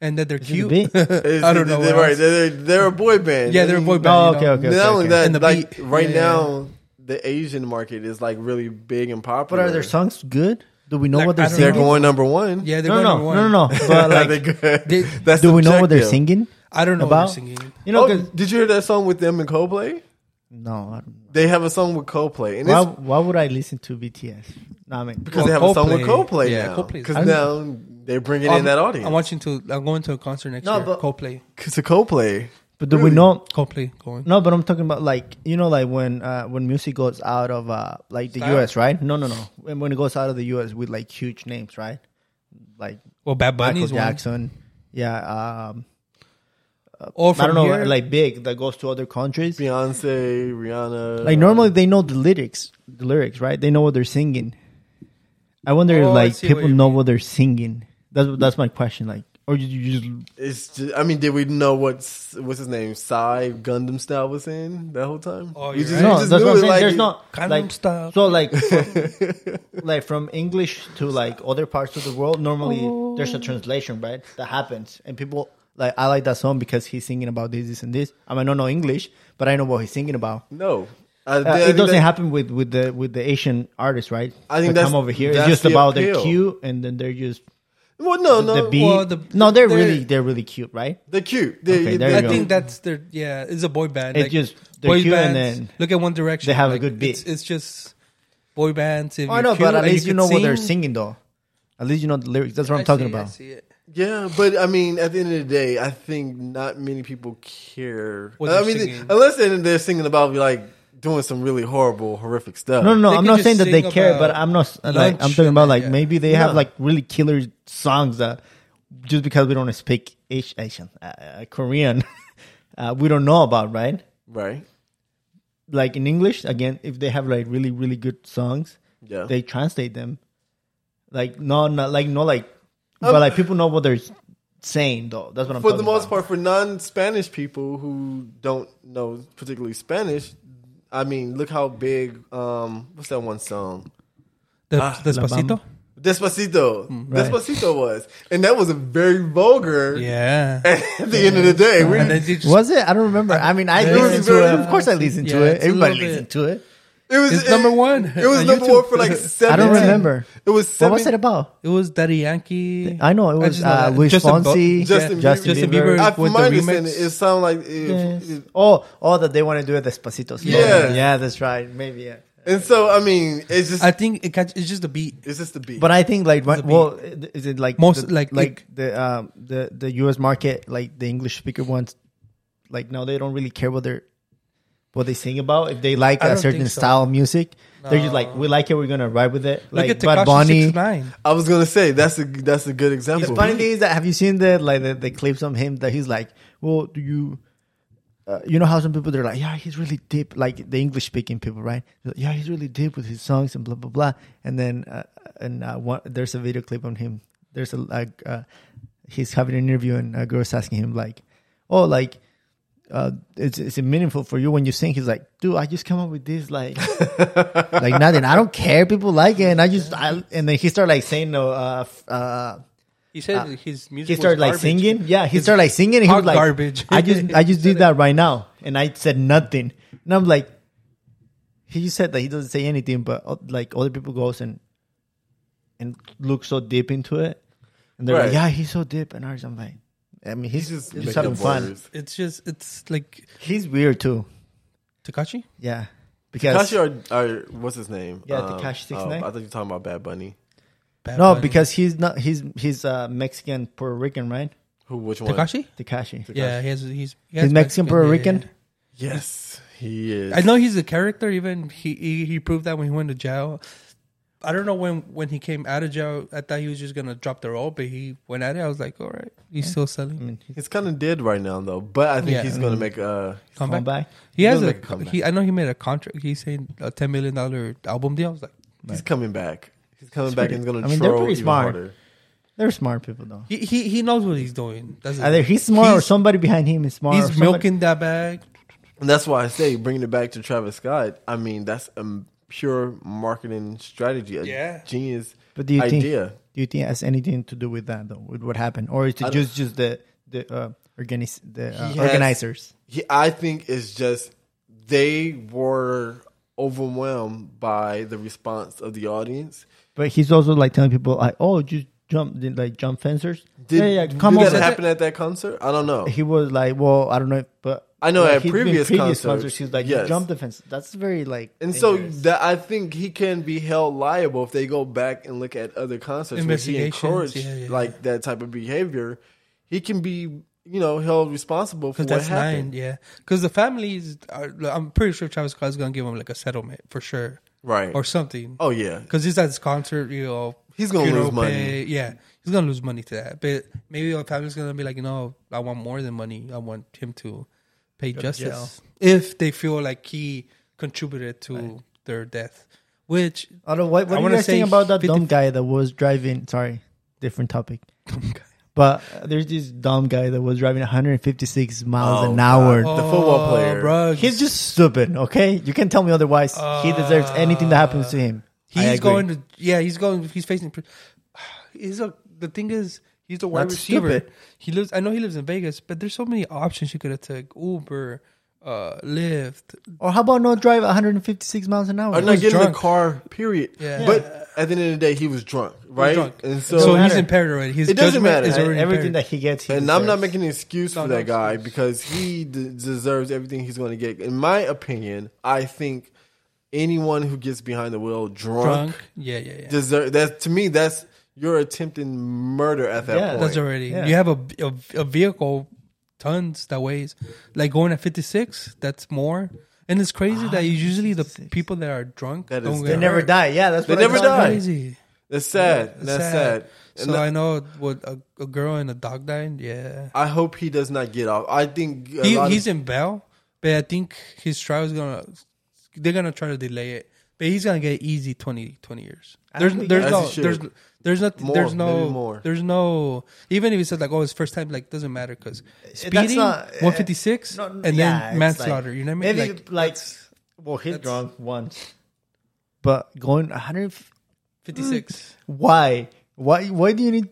Speaker 2: and that they're
Speaker 1: it
Speaker 2: cute.
Speaker 1: the beat?
Speaker 3: It's-
Speaker 2: I don't know.
Speaker 3: They're,
Speaker 2: what
Speaker 3: right.
Speaker 2: else.
Speaker 3: They're, they're a boy band.
Speaker 2: Yeah, they're a boy band.
Speaker 1: Oh,
Speaker 2: you know?
Speaker 1: okay, okay.
Speaker 3: Not only that,
Speaker 2: And the
Speaker 3: like
Speaker 2: beat.
Speaker 3: right
Speaker 2: Yeah, yeah.
Speaker 3: now, the Asian market is like really big and
Speaker 1: But
Speaker 3: popular.
Speaker 1: are their songs good? Do we know
Speaker 2: Like,
Speaker 1: what they're
Speaker 2: I don't know.
Speaker 3: They're
Speaker 1: singing?
Speaker 3: going number one.
Speaker 2: Yeah, they're
Speaker 1: no,
Speaker 2: going to
Speaker 1: no,
Speaker 2: one.
Speaker 1: no, no, no. But
Speaker 3: Are
Speaker 1: like,
Speaker 3: they good?
Speaker 2: They-
Speaker 3: That's
Speaker 1: do we know what they're
Speaker 3: subjective.
Speaker 1: singing
Speaker 2: I don't know
Speaker 1: about?
Speaker 2: what they're singing.
Speaker 1: You know,
Speaker 3: Oh,
Speaker 1: 'cause-
Speaker 3: did you hear that song with them and Coldplay?
Speaker 1: no. I don't,
Speaker 3: They have a song with Coldplay, and
Speaker 1: why,
Speaker 3: it's
Speaker 1: why would I listen to BTS? No, I mean,
Speaker 3: because they have
Speaker 2: Well,
Speaker 3: a song with
Speaker 2: Coldplay.
Speaker 3: Coldplay
Speaker 2: Yeah,
Speaker 3: now.
Speaker 2: Coldplay's-
Speaker 3: Because
Speaker 1: I'm-
Speaker 3: now they're bringing
Speaker 1: Um,
Speaker 3: in that audience.
Speaker 2: I'm watching to. I'm going to a concert next
Speaker 1: No,
Speaker 2: year.
Speaker 1: but-
Speaker 2: Coldplay,
Speaker 3: Because of Coldplay.
Speaker 1: but do we know?
Speaker 2: Coldplay going.
Speaker 1: No, but I'm talking about like you know, like when uh, when music goes out of uh, like the
Speaker 2: Style?
Speaker 1: U.S. Right? No, no, no. When, when it goes out of the U.S. with like huge names, right? Like
Speaker 2: Well, Bad
Speaker 1: Michael
Speaker 2: Bunny's one.
Speaker 1: Jackson. Yeah, um,
Speaker 2: Or from
Speaker 1: I don't know,
Speaker 2: here,
Speaker 1: like big that goes to other countries.
Speaker 3: Beyonce, Rihanna.
Speaker 1: Like
Speaker 2: um,
Speaker 1: normally they know the lyrics, the lyrics, right? They know what they're singing. I wonder if
Speaker 2: Oh, I
Speaker 1: like
Speaker 2: see what
Speaker 1: people
Speaker 2: you
Speaker 1: know what they're singing. That's that's my question. Like, or you, you just
Speaker 3: It's just, I mean, did we know what's what's his name? Psy Gundam style was in that whole time?
Speaker 2: Oh,
Speaker 3: We
Speaker 2: you're right.
Speaker 3: we
Speaker 1: no, that's
Speaker 3: knew
Speaker 1: what I'm
Speaker 3: it,
Speaker 1: saying.
Speaker 3: like,
Speaker 1: There's not
Speaker 2: Gangnam
Speaker 1: like
Speaker 2: Style.
Speaker 1: so like from, like from English to like other parts of the world. Normally there's a translation, right? That happens, and people like I like that song because he's singing about this, this, and this. I mean, I don't know English, but I know what he's singing about.
Speaker 3: No. I,
Speaker 1: Uh,
Speaker 3: I
Speaker 1: it
Speaker 3: think
Speaker 1: doesn't
Speaker 3: that-
Speaker 1: happen with with the with the Asian artists, right?
Speaker 3: I think
Speaker 1: that
Speaker 3: that's-
Speaker 1: come over here. It's
Speaker 3: that's
Speaker 1: just
Speaker 3: the
Speaker 1: about they're
Speaker 3: appeal.
Speaker 1: cute, and then they're just
Speaker 3: Well, no, no.
Speaker 1: the beat.
Speaker 2: well, the-
Speaker 1: no, they're,
Speaker 2: they're-
Speaker 1: really they're really cute, right?
Speaker 3: They're cute. They,
Speaker 1: Okay, there
Speaker 3: they-
Speaker 2: I
Speaker 1: you go.
Speaker 2: think that's their yeah. It's a boy band.
Speaker 1: It
Speaker 2: like,
Speaker 1: just- they're
Speaker 2: boy
Speaker 1: cute and
Speaker 2: bands-
Speaker 1: then
Speaker 2: look at One Direction.
Speaker 1: they have a
Speaker 2: like,
Speaker 1: good beat.
Speaker 2: It's, it's just boy bands. If
Speaker 1: Oh, I
Speaker 2: you're
Speaker 1: know,
Speaker 2: cute
Speaker 1: but at
Speaker 2: and
Speaker 1: least you
Speaker 2: can
Speaker 1: know what they're
Speaker 2: sing.
Speaker 1: singing, though. At least you know the lyrics. That's what I'm
Speaker 2: I
Speaker 1: talking
Speaker 2: see, I
Speaker 1: about.
Speaker 2: see it.
Speaker 3: Yeah, but I mean, at the end of the day, I think not many people care.
Speaker 2: What
Speaker 3: I
Speaker 2: they're
Speaker 3: mean,
Speaker 2: singing.
Speaker 3: unless they're, they're singing about like doing some really horrible, horrific stuff.
Speaker 1: No, no,
Speaker 2: They
Speaker 1: no. I'm
Speaker 2: could
Speaker 1: not
Speaker 2: just
Speaker 1: saying that they
Speaker 2: sing
Speaker 1: care,
Speaker 2: about
Speaker 1: but I'm not like
Speaker 2: lunch
Speaker 1: I'm talking about
Speaker 2: and-
Speaker 1: like
Speaker 2: yeah.
Speaker 1: maybe they have
Speaker 3: No.
Speaker 1: like really killer songs that just because we don't speak Ash- Asian uh, uh, Korean, uh, we don't know about, right?
Speaker 3: right?
Speaker 1: Like in English, again, if they have like really really good songs,
Speaker 3: Yeah.
Speaker 1: they translate them. Like no, not like no, like but like people know what they're saying though. That's what I'm
Speaker 3: Oh. for the
Speaker 1: talking
Speaker 3: most
Speaker 1: about.
Speaker 3: part, for non-Spanish people who don't know particularly Spanish, I mean, look how big. Um, what's that one song?
Speaker 2: The,
Speaker 3: Ah,
Speaker 1: Bamba.
Speaker 2: Despacito.
Speaker 3: Despacito.
Speaker 1: right.
Speaker 3: Despacito was, and that was a very vulgar.
Speaker 2: Yeah.
Speaker 3: At the end of the day, we,
Speaker 2: And then you just,
Speaker 1: Was it? I don't remember. I mean, I
Speaker 2: Yeah.
Speaker 1: listened to it.
Speaker 3: Yeah.
Speaker 1: Of course, I listened
Speaker 2: Yeah,
Speaker 1: to it.
Speaker 2: it's a
Speaker 1: Everybody
Speaker 2: little bit.
Speaker 1: listened to it.
Speaker 3: it was
Speaker 2: It's
Speaker 3: it-
Speaker 2: number one
Speaker 3: It was
Speaker 2: on
Speaker 3: number
Speaker 2: YouTube.
Speaker 3: one for like
Speaker 1: I
Speaker 3: seven.
Speaker 1: don't remember.
Speaker 3: It was
Speaker 1: What
Speaker 3: seven.
Speaker 1: was it about?
Speaker 2: It was Daddy Yankee.
Speaker 1: I know it
Speaker 2: I
Speaker 1: was
Speaker 2: just know
Speaker 1: uh,
Speaker 2: that.
Speaker 1: Luis
Speaker 2: Justin Bo-
Speaker 1: Fonsi,
Speaker 3: Justin
Speaker 1: Justin,
Speaker 2: Justin
Speaker 1: Bieber.
Speaker 2: Bieber.
Speaker 3: I,
Speaker 2: with
Speaker 3: from
Speaker 2: the
Speaker 3: my understanding,
Speaker 2: remix.
Speaker 3: it sounded like it,
Speaker 1: Yes.
Speaker 3: it-
Speaker 1: Oh, oh, that they want to do it Despacito. song.
Speaker 3: Yeah.
Speaker 1: yeah, that's right. Maybe. Yeah.
Speaker 3: and so I mean, it's just
Speaker 2: I think it catch, it's just the beat.
Speaker 3: it's just the beat.
Speaker 1: But I think like when, well, is it like
Speaker 2: Most-
Speaker 1: the,
Speaker 2: like,
Speaker 1: like
Speaker 2: it-
Speaker 1: the um the the U.S. market like the English speaker ones, like now they don't really care what they're what they sing about. If they like
Speaker 2: I
Speaker 1: a
Speaker 2: don't
Speaker 1: certain
Speaker 2: think so.
Speaker 1: style of music, they're just like, we like it, we're gonna ride with it.
Speaker 2: Look
Speaker 1: like
Speaker 2: at Takashi Six Nine.
Speaker 3: I was gonna say that's a that's a good
Speaker 1: The
Speaker 3: example.
Speaker 1: funny thing is that have you seen the like the, the clips of him that he's like, well, do you, uh, you know how some people they're like, yeah, he's really deep, like the English speaking people, right? They're like, yeah, he's really deep with his songs and blah blah blah. And then uh, and uh, one, there's a video clip on him. There's a like uh, he's having an interview and a girl's asking him like, oh, like. Uh, it's it's meaningful for you when you sing. He's like, dude, I just come up with this like like nothing. I don't care. People like it, and I just I, and then he started like saying no. Uh, f- uh,
Speaker 2: He said his
Speaker 1: he
Speaker 2: music.
Speaker 1: started like
Speaker 2: was garbage.
Speaker 1: singing. Yeah, he started like singing. And he
Speaker 2: hot
Speaker 1: was like,
Speaker 2: garbage.
Speaker 1: I just, I just did that right now, and I said nothing. And I'm like, he just said that he doesn't say anything, but uh, like other people goes and and look so deep into it, and they're
Speaker 3: Right.
Speaker 1: like, yeah, he's so deep, and ours, I'm like, I mean, he's,
Speaker 3: just
Speaker 1: just,
Speaker 3: making
Speaker 1: having
Speaker 3: up
Speaker 1: fun.
Speaker 3: words.
Speaker 2: It's just it's like
Speaker 1: He's weird too.
Speaker 2: Takashi.
Speaker 1: Yeah, because
Speaker 3: Takashi or, or what's his name? Um, oh,
Speaker 1: Yeah, Tekashi 6ix9ine.
Speaker 3: I thought you were talking about Bad Bunny.
Speaker 2: Bad
Speaker 1: no,
Speaker 2: Bunny.
Speaker 1: because he's not. He's he's uh, Mexican Puerto Rican, right?
Speaker 3: Who? Which one?
Speaker 2: Takashi.
Speaker 1: Takashi.
Speaker 2: Yeah, he has, he's he
Speaker 1: He's
Speaker 2: has
Speaker 1: Mexican Puerto
Speaker 2: yeah,
Speaker 1: Rican.
Speaker 2: yeah.
Speaker 3: Yes, he is.
Speaker 2: I know he's a character. Even he, he he proved that when he went to jail. I don't know when when he came out of jail. I thought he was just gonna drop the role, but he went at it. I was like, all right, he's still selling.
Speaker 3: He's kind of dead right now though, but I think
Speaker 2: Yeah.
Speaker 3: he's gonna make uh, a.
Speaker 2: Come
Speaker 1: Come
Speaker 2: back.
Speaker 1: back.
Speaker 2: He
Speaker 3: He's
Speaker 2: has
Speaker 3: gonna
Speaker 2: a,
Speaker 3: make a comeback.
Speaker 2: he. I know he made a contract. He's saying a ten million dollar album deal. I was like,
Speaker 3: He's coming back. He's coming back and he's gonna
Speaker 1: I mean, they're
Speaker 3: troll
Speaker 1: pretty
Speaker 3: even
Speaker 1: smart.
Speaker 3: harder.
Speaker 1: They're smart people, though.
Speaker 2: he he, he knows what he's doing. That's it.
Speaker 1: Either he's smart or
Speaker 2: He's-
Speaker 1: somebody behind him is smart. or
Speaker 2: He's
Speaker 1: somebody-
Speaker 2: milking that bag.
Speaker 3: And that's why I say bringing it back to Travis Scott. I mean, that's a m- pure marketing strategy. A
Speaker 2: Yeah.
Speaker 3: genius
Speaker 1: But do you
Speaker 3: idea.
Speaker 1: think? Do you think it has anything to do with that though? With what happened, or is
Speaker 3: I
Speaker 1: it
Speaker 3: don't-
Speaker 1: just just the the uh, organis the uh,
Speaker 3: He has-
Speaker 1: organizers?
Speaker 3: He, I think it's just they were overwhelmed by the response of the audience.
Speaker 1: But he's also like telling people like, oh, just jump did, like jump fencers.
Speaker 3: Did,
Speaker 1: yeah, yeah,
Speaker 3: did
Speaker 1: come
Speaker 3: that
Speaker 1: over.
Speaker 3: happen at that concert? I don't know.
Speaker 1: He was like, well, I don't know, if, but
Speaker 3: I know
Speaker 1: Yeah,
Speaker 3: at
Speaker 1: he's been
Speaker 3: previous concerts,
Speaker 1: he's like,
Speaker 3: yes.
Speaker 1: jump the fence. That's very like.
Speaker 3: And so
Speaker 1: dangerous.
Speaker 3: that I think he can be held liable if they go back and look at other concerts where he
Speaker 2: Investigations,
Speaker 3: encouraged
Speaker 2: yeah, yeah, yeah.
Speaker 3: like that type of behavior. He can be, you know, held responsible for
Speaker 2: Because
Speaker 3: what
Speaker 2: that's
Speaker 3: happened.
Speaker 2: nine, yeah. Because the families, are, I'm pretty sure Travis Scott's gonna give him like a settlement for sure,
Speaker 3: Right.
Speaker 2: or something.
Speaker 3: oh yeah.
Speaker 2: because he's at his concert, you know.
Speaker 3: He's gonna
Speaker 2: funeral
Speaker 3: lose money.
Speaker 2: pay. Yeah, he's gonna lose money to that. But maybe our family's gonna be like, you know, I want more than money. I want him to pay justice if they feel like he contributed to their death. Which uh,
Speaker 1: I don't. What,
Speaker 2: I
Speaker 1: what do you
Speaker 2: wanna
Speaker 1: guys
Speaker 2: say
Speaker 1: think about that
Speaker 2: 50
Speaker 1: dumb guy that was driving? Sorry, different topic. But uh, there's this dumb guy that was driving 156 miles
Speaker 3: Oh,
Speaker 1: an
Speaker 3: God.
Speaker 1: hour.
Speaker 3: The football player.
Speaker 2: bro,
Speaker 1: He's just stupid. Okay, you can tell me otherwise. he deserves anything that happens to him. I
Speaker 2: Uh, he's
Speaker 1: agree.
Speaker 2: going to yeah, he's going. He's facing. pre- He's a the thing is. He's the wide
Speaker 1: That's
Speaker 2: receiver.
Speaker 1: stupid.
Speaker 2: He lives. I know he lives in Vegas, but there's so many options you could have took Uber, uh, Lyft,
Speaker 1: Or how about not drive 156 miles an hour?
Speaker 3: Or not
Speaker 2: was
Speaker 3: get in the
Speaker 2: drunk.
Speaker 3: car. Period.
Speaker 2: Yeah.
Speaker 3: But at the end of the day, he was drunk, right?
Speaker 2: He's drunk.
Speaker 3: And
Speaker 2: so,
Speaker 3: so,
Speaker 2: he's
Speaker 1: matter.
Speaker 2: impaired already. His
Speaker 3: It doesn't
Speaker 2: judgment
Speaker 3: matter.
Speaker 2: Is
Speaker 1: Uh,
Speaker 2: already
Speaker 1: everything
Speaker 2: impaired.
Speaker 1: that he gets, he
Speaker 3: and I'm not
Speaker 1: deserves.
Speaker 3: making an excuse
Speaker 2: No,
Speaker 3: for
Speaker 2: no
Speaker 3: that guy
Speaker 2: excuse.
Speaker 3: because he d- deserves everything he's going to get. In my opinion, I think anyone who gets behind the wheel drunk,
Speaker 2: drunk. Yeah, yeah, yeah.
Speaker 3: deserve that. To me, that's you're attempting murder at that
Speaker 1: Yeah,
Speaker 3: point.
Speaker 2: That's already.
Speaker 1: Yeah.
Speaker 2: You have a, a a vehicle tons that weighs like going at 56. That's more, and it's crazy that usually the people that are drunk
Speaker 3: Ah, That is
Speaker 2: don't
Speaker 3: dumb.
Speaker 2: get
Speaker 1: They never
Speaker 2: hurt.
Speaker 1: die. Yeah, that's
Speaker 3: They
Speaker 1: what I
Speaker 3: never
Speaker 1: thought.
Speaker 3: die.
Speaker 2: Crazy.
Speaker 3: That's sad.
Speaker 2: It's
Speaker 3: that's sad. And
Speaker 2: So
Speaker 3: that-
Speaker 2: I know what a, a girl and a dog died. Yeah,
Speaker 3: I hope he does not get off. I think a
Speaker 2: he,
Speaker 3: lot of-
Speaker 2: he's in bail, but I think his trial is gonna. They're gonna try to delay it, but he's gonna get easy 20, 20 years.
Speaker 1: I
Speaker 2: There's
Speaker 1: don't think-
Speaker 2: there's
Speaker 3: As
Speaker 2: no
Speaker 3: he should.
Speaker 2: there's there's nothing
Speaker 3: More,
Speaker 2: there's no
Speaker 3: maybe more.
Speaker 2: there's no even if he said like oh it's first time like doesn't matter because speeding
Speaker 1: not- eh,
Speaker 2: one fifty six
Speaker 1: No,
Speaker 2: and
Speaker 1: no, yeah, it's
Speaker 2: then manslaughter.
Speaker 1: like-
Speaker 2: you know what I mean?
Speaker 1: Maybe
Speaker 2: like
Speaker 1: like, well, he's drunk once, but going 100.
Speaker 2: fifty six.
Speaker 1: Why? Why? Why do you need?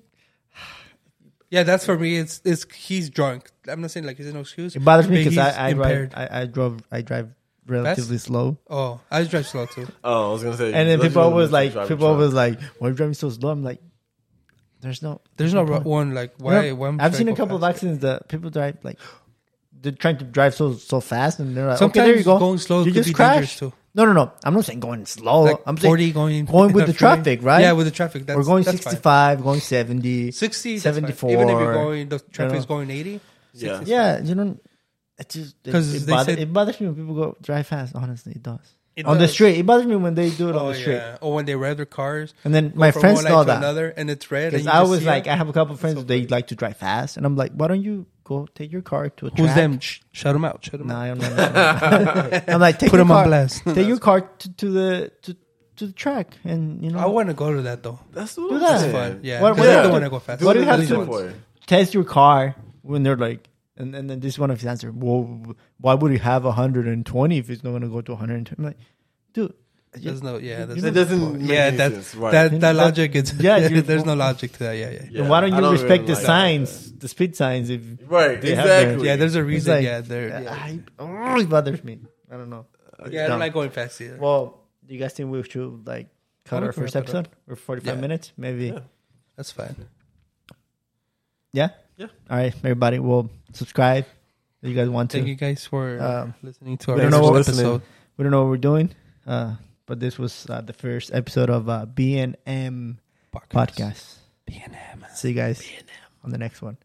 Speaker 2: Yeah, that's for me. It's it's he's drunk. I'm not saying like it's an excuse.
Speaker 1: It bothers me
Speaker 2: but
Speaker 1: because
Speaker 2: he's
Speaker 1: I I drive, I, I drove I drive relatively slow,
Speaker 2: oh, I drive slow too.
Speaker 3: Oh, I was gonna say.
Speaker 1: and then
Speaker 3: let's
Speaker 1: people
Speaker 3: go
Speaker 1: always
Speaker 3: to
Speaker 1: like
Speaker 3: drive
Speaker 1: people
Speaker 3: drunk.
Speaker 1: always like, why are you driving so slow? I'm like, there's no
Speaker 2: There's no
Speaker 1: point.
Speaker 2: one like
Speaker 1: You know,
Speaker 2: why. why am I
Speaker 1: I've seen
Speaker 2: trying
Speaker 1: a
Speaker 2: to go
Speaker 1: couple of
Speaker 2: fast?
Speaker 1: accidents that people drive like they're trying to drive so so fast, and they're like,
Speaker 2: Sometimes
Speaker 1: okay, there you go.
Speaker 2: going slow
Speaker 1: you
Speaker 2: could
Speaker 1: just
Speaker 2: be
Speaker 1: crash.
Speaker 2: dangerous too.
Speaker 1: No, no, no. I'm not saying going slow.
Speaker 2: Like
Speaker 1: I'm saying
Speaker 2: 40 going
Speaker 1: going with the
Speaker 2: 40.
Speaker 1: traffic, right?
Speaker 2: Yeah, with the traffic. That's,
Speaker 1: We're going
Speaker 2: that's
Speaker 1: 65, going 70,
Speaker 2: Fine. 60,
Speaker 1: 74.
Speaker 2: 74. Even if you're going, the traffic
Speaker 1: know.
Speaker 2: is going 80.
Speaker 3: Yeah.
Speaker 2: 60 's
Speaker 1: Yeah, you know, It just it,
Speaker 2: 'Cause
Speaker 1: it,
Speaker 2: they
Speaker 1: bother,
Speaker 2: said-
Speaker 1: it bothers me when people go drive fast. Honestly, it does.
Speaker 2: It
Speaker 1: on the
Speaker 2: does.
Speaker 1: street, it bothers me when they do it on
Speaker 2: Oh
Speaker 1: the street.
Speaker 2: yeah. Or when they rev their cars.
Speaker 1: And then
Speaker 2: go
Speaker 1: my
Speaker 2: from
Speaker 1: friends
Speaker 2: one light
Speaker 1: saw
Speaker 2: to
Speaker 1: that.
Speaker 2: Another, and it's red.
Speaker 1: Because
Speaker 2: And
Speaker 1: I was like,
Speaker 2: it.
Speaker 1: I have a couple of friends
Speaker 2: so
Speaker 1: they like to drive fast, and I'm like, why don't you go take your car to a track?
Speaker 2: who's them? Sh- shut them out. Shut them
Speaker 1: No,
Speaker 2: out.
Speaker 1: I don't know. I'm like, take
Speaker 2: Put
Speaker 1: your
Speaker 2: them on
Speaker 1: car,
Speaker 2: blast.
Speaker 1: Take your car to, to the to, to the track, and you know,
Speaker 2: I want to go to that though.
Speaker 3: That's what
Speaker 1: Do
Speaker 3: I'm
Speaker 1: that.
Speaker 3: saying.
Speaker 2: Fun. Yeah.
Speaker 1: What-
Speaker 2: 'cause
Speaker 1: what
Speaker 2: I
Speaker 1: do
Speaker 2: don't
Speaker 1: you-
Speaker 2: want to go fast.
Speaker 1: what do you
Speaker 3: What
Speaker 1: have
Speaker 3: is
Speaker 1: to-
Speaker 3: it for?
Speaker 1: test your car when they're like, and, and then this is one of his answers. Well, why would he have 120 if it's not going to go to 120? I'm like, dude, you-
Speaker 2: There's no yeah. There's
Speaker 1: know-
Speaker 3: It doesn't make
Speaker 2: yeah,
Speaker 3: any
Speaker 2: that,
Speaker 3: sense, right.
Speaker 2: that
Speaker 1: That-
Speaker 2: that logic is
Speaker 1: yeah,
Speaker 2: yeah.
Speaker 1: you're-
Speaker 2: there's no logic to that. Yeah, yeah, yeah.
Speaker 3: Yeah,
Speaker 1: why don't
Speaker 3: I
Speaker 1: you
Speaker 3: don't
Speaker 1: respect the
Speaker 3: really like that.
Speaker 1: signs, the speed signs? If
Speaker 3: Right,
Speaker 1: They have their-
Speaker 3: exactly.
Speaker 2: there's a
Speaker 1: it's
Speaker 2: reason.
Speaker 1: like,
Speaker 2: yeah, there. Yeah,
Speaker 1: I, oh, it bothers me. I don't know.
Speaker 2: Yeah, I
Speaker 1: dumb.
Speaker 2: don't like going fast either.
Speaker 1: Well, do you guys think we should like
Speaker 2: Oh,
Speaker 1: cut
Speaker 2: we
Speaker 1: our
Speaker 2: can
Speaker 1: first
Speaker 2: wrap it
Speaker 1: episode or 45
Speaker 2: Yeah.
Speaker 1: minutes? Maybe. Yeah.
Speaker 2: That's fine.
Speaker 3: Yeah.
Speaker 1: All right, everybody. Well, subscribe if you guys want to.
Speaker 2: Thank you guys for
Speaker 1: Um,
Speaker 2: listening to our
Speaker 1: we don't
Speaker 2: first
Speaker 1: know what-
Speaker 2: episode.
Speaker 1: We don't know what we're doing, uh, but this was uh, the first episode of uh, BNM podcast.
Speaker 2: BNM.
Speaker 1: See you guys on the next one.